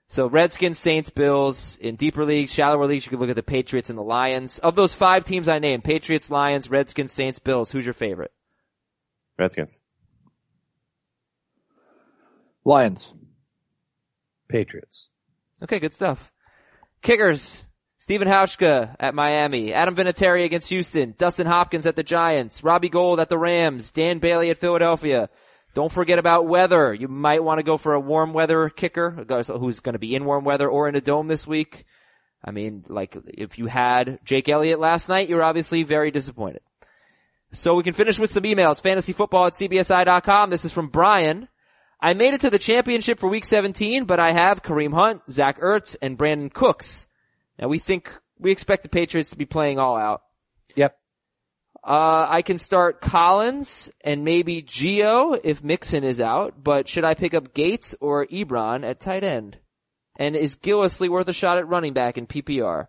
B: So Redskins, Saints, Bills, in deeper leagues, shallower leagues, you can look at the Patriots and the Lions. Of those five teams I named, Patriots, Lions, Redskins, Saints, Bills, who's your favorite?
D: Redskins.
C: Lions.
E: Patriots.
B: Okay, good stuff. Kickers. Steven Hauschka at Miami. Adam Vinatieri against Houston. Dustin Hopkins at the Giants. Robbie Gold at the Rams. Dan Bailey at Philadelphia. Don't forget about weather. You might want to go for a warm weather kicker, a guy who's going to be in warm weather or in a dome this week. I mean, like, if you had Jake Elliott last night, you're obviously very disappointed. So we can finish with some emails. Fantasyfootball at cbsi.com. This is from Brian. I made it to the championship for week 17, but I have Kareem Hunt, Zach Ertz, and Brandon Cooks. Now we think we expect the Patriots to be playing all out.
E: Yep.
B: Uh, I can start Collins and maybe Geo if Mixon is out, but should I pick up Gates or Ebron at tight end? And is Gillisley worth a shot at running back in PPR?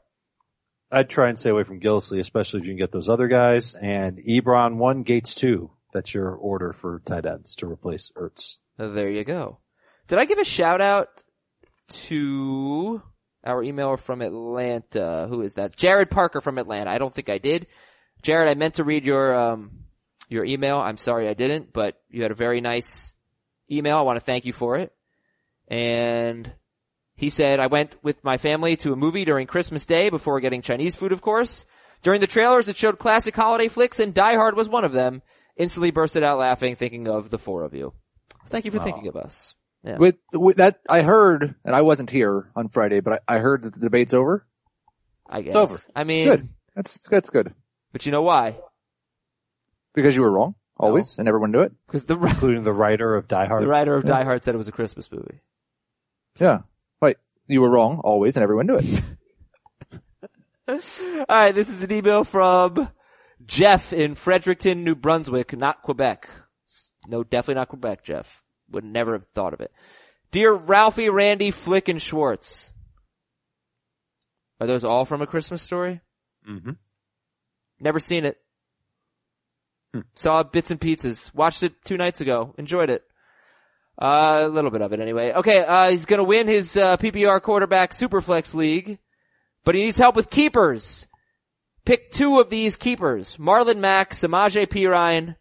E: I'd try and stay away from Gillisley, especially if you can get those other guys. And Ebron one, Gates two. That's your order for tight ends to replace Ertz.
B: Uh, There you go. Did I give a shout out to our emailer from Atlanta? Who is that? Jared Parker from Atlanta. I don't think I did. Jared, I meant to read your um, your email. I'm sorry I didn't, but you had a very nice email. I want to thank you for it. And he said, I went with my family to a movie during Christmas Day before getting Chinese food, of course. During the trailers, it showed classic holiday flicks and Die Hard was one of them. Instantly bursted out laughing, thinking of the four of you. Thank you for thinking of us. Yeah.
C: With, with that, I heard, and I wasn't here on Friday, but I, I heard that the debate's over.
B: I guess.
E: over.
B: I mean,
C: Good. That's that's good
B: but you know why?
C: because you were wrong always, and everyone knew it.
B: Because the, ri-
E: Including the writer of Die Hard.
B: the writer of Die Hard said it was a Christmas movie.
C: Yeah. Right. You were wrong always, and everyone knew it.
B: Alright, this is an email from Jeff in Fredericton, New Brunswick, not Quebec. S- No, definitely not Quebec, Jeff. Would never have thought of it. Dear Ralphie, Randy, Flick, and Schwartz. Are those all from A Christmas Story?
E: Mm-hmm.
B: Never seen it.
E: Hmm.
B: Saw bits and pieces. Watched it two nights ago. Enjoyed it. Uh, a little bit of it anyway. Okay, uh, he's gonna win his, uh, PPR quarterback superflex league, but he needs help with keepers. Pick two of these keepers. Marlon Mack, Samaje Perine,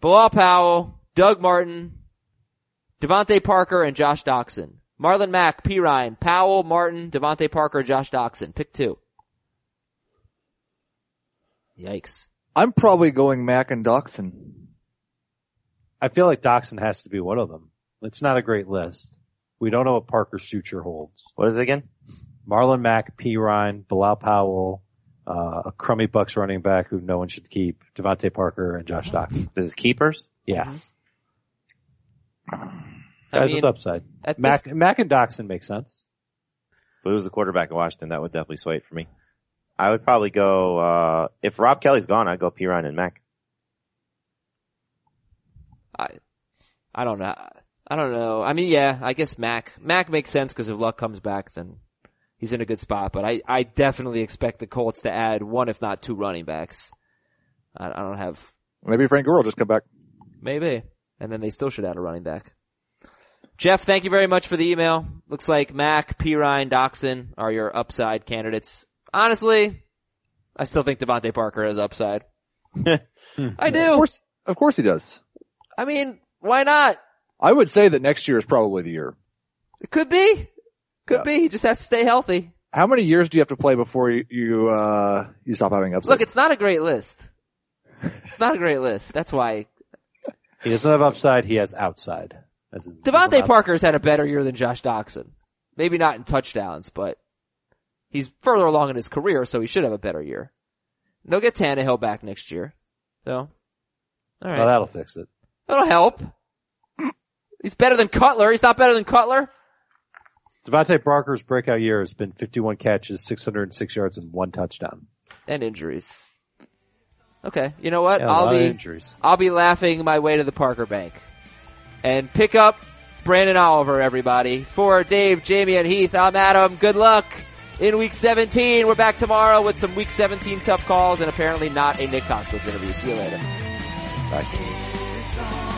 B: Bilal Powell, Doug Martin, Devontae Parker, and Josh Doxson. Marlon Mack, Perine, Powell, Martin, Devontae Parker, Josh Doxson. Pick two. Yikes.
C: I'm probably going Mac and Doxson.
E: I feel like Doxson has to be one of them. It's not a great list. We don't know what Parker's future holds.
D: What is it again?
E: Marlon Mack, P. Ryan, Bilal Powell, uh, a crummy Bucks running back who no one should keep, Devontae Parker, and Josh Doxson.
D: This is keepers.
E: Yeah.
B: I
E: Guys
B: mean,
E: with upside.
B: at
E: Mack, Mack and Doxson make sense.
D: But who's the quarterback in Washington? That would definitely sway it for me. I would probably go, uh, if Rob Kelly's gone, I'd go Piran and Mac.
B: I, I don't know. I don't know. I mean, yeah, I guess Mac. Mac makes sense because if Luck comes back, then he's in a good spot. But I, I definitely expect the Colts to add one, if not two, running backs. I, I don't have
C: Maybe Frank Gore will just come back.
B: maybe, and then they still should add a running back. Jeff, thank you very much for the email. Looks like Mac, Pirine, Doxson are your upside candidates. Honestly, I still think Devontae Parker has upside. I
C: Of
B: do.
C: course, of course he does.
B: I mean, why not?
C: I would say that next year is probably the year.
B: It could be. Could be. He just has to stay healthy.
C: How many years do you have to play before you you, uh, you stop having upset?
B: Look, it's not a great list. It's not a great list. That's why
E: He doesn't have upside, he has outside. As in-
B: Devontae Parker's had a better year than Josh Doxson. Maybe not in touchdowns, but he's further along in his career, so he should have a better year. And They'll get Tannehill back next year. So, all right,
E: Well, that'll fix it.
B: that'll help. He's better than Cutler. He's not better than Cutler.
E: Devontae Parker's breakout year has been 51 catches, 606 yards, and one touchdown.
B: And injuries. Okay, you know what?
E: Yeah, a
B: I'll
E: lot
B: be
E: of injuries.
B: I'll be laughing my way to the Parker Bank. And pick up Brandon Oliver, everybody. For Dave, Jamie, and Heath, I'm Adam. Good luck in week 17. We're back tomorrow with some week 17 tough calls and apparently not a Nick Costos interview. See you later.
F: It's all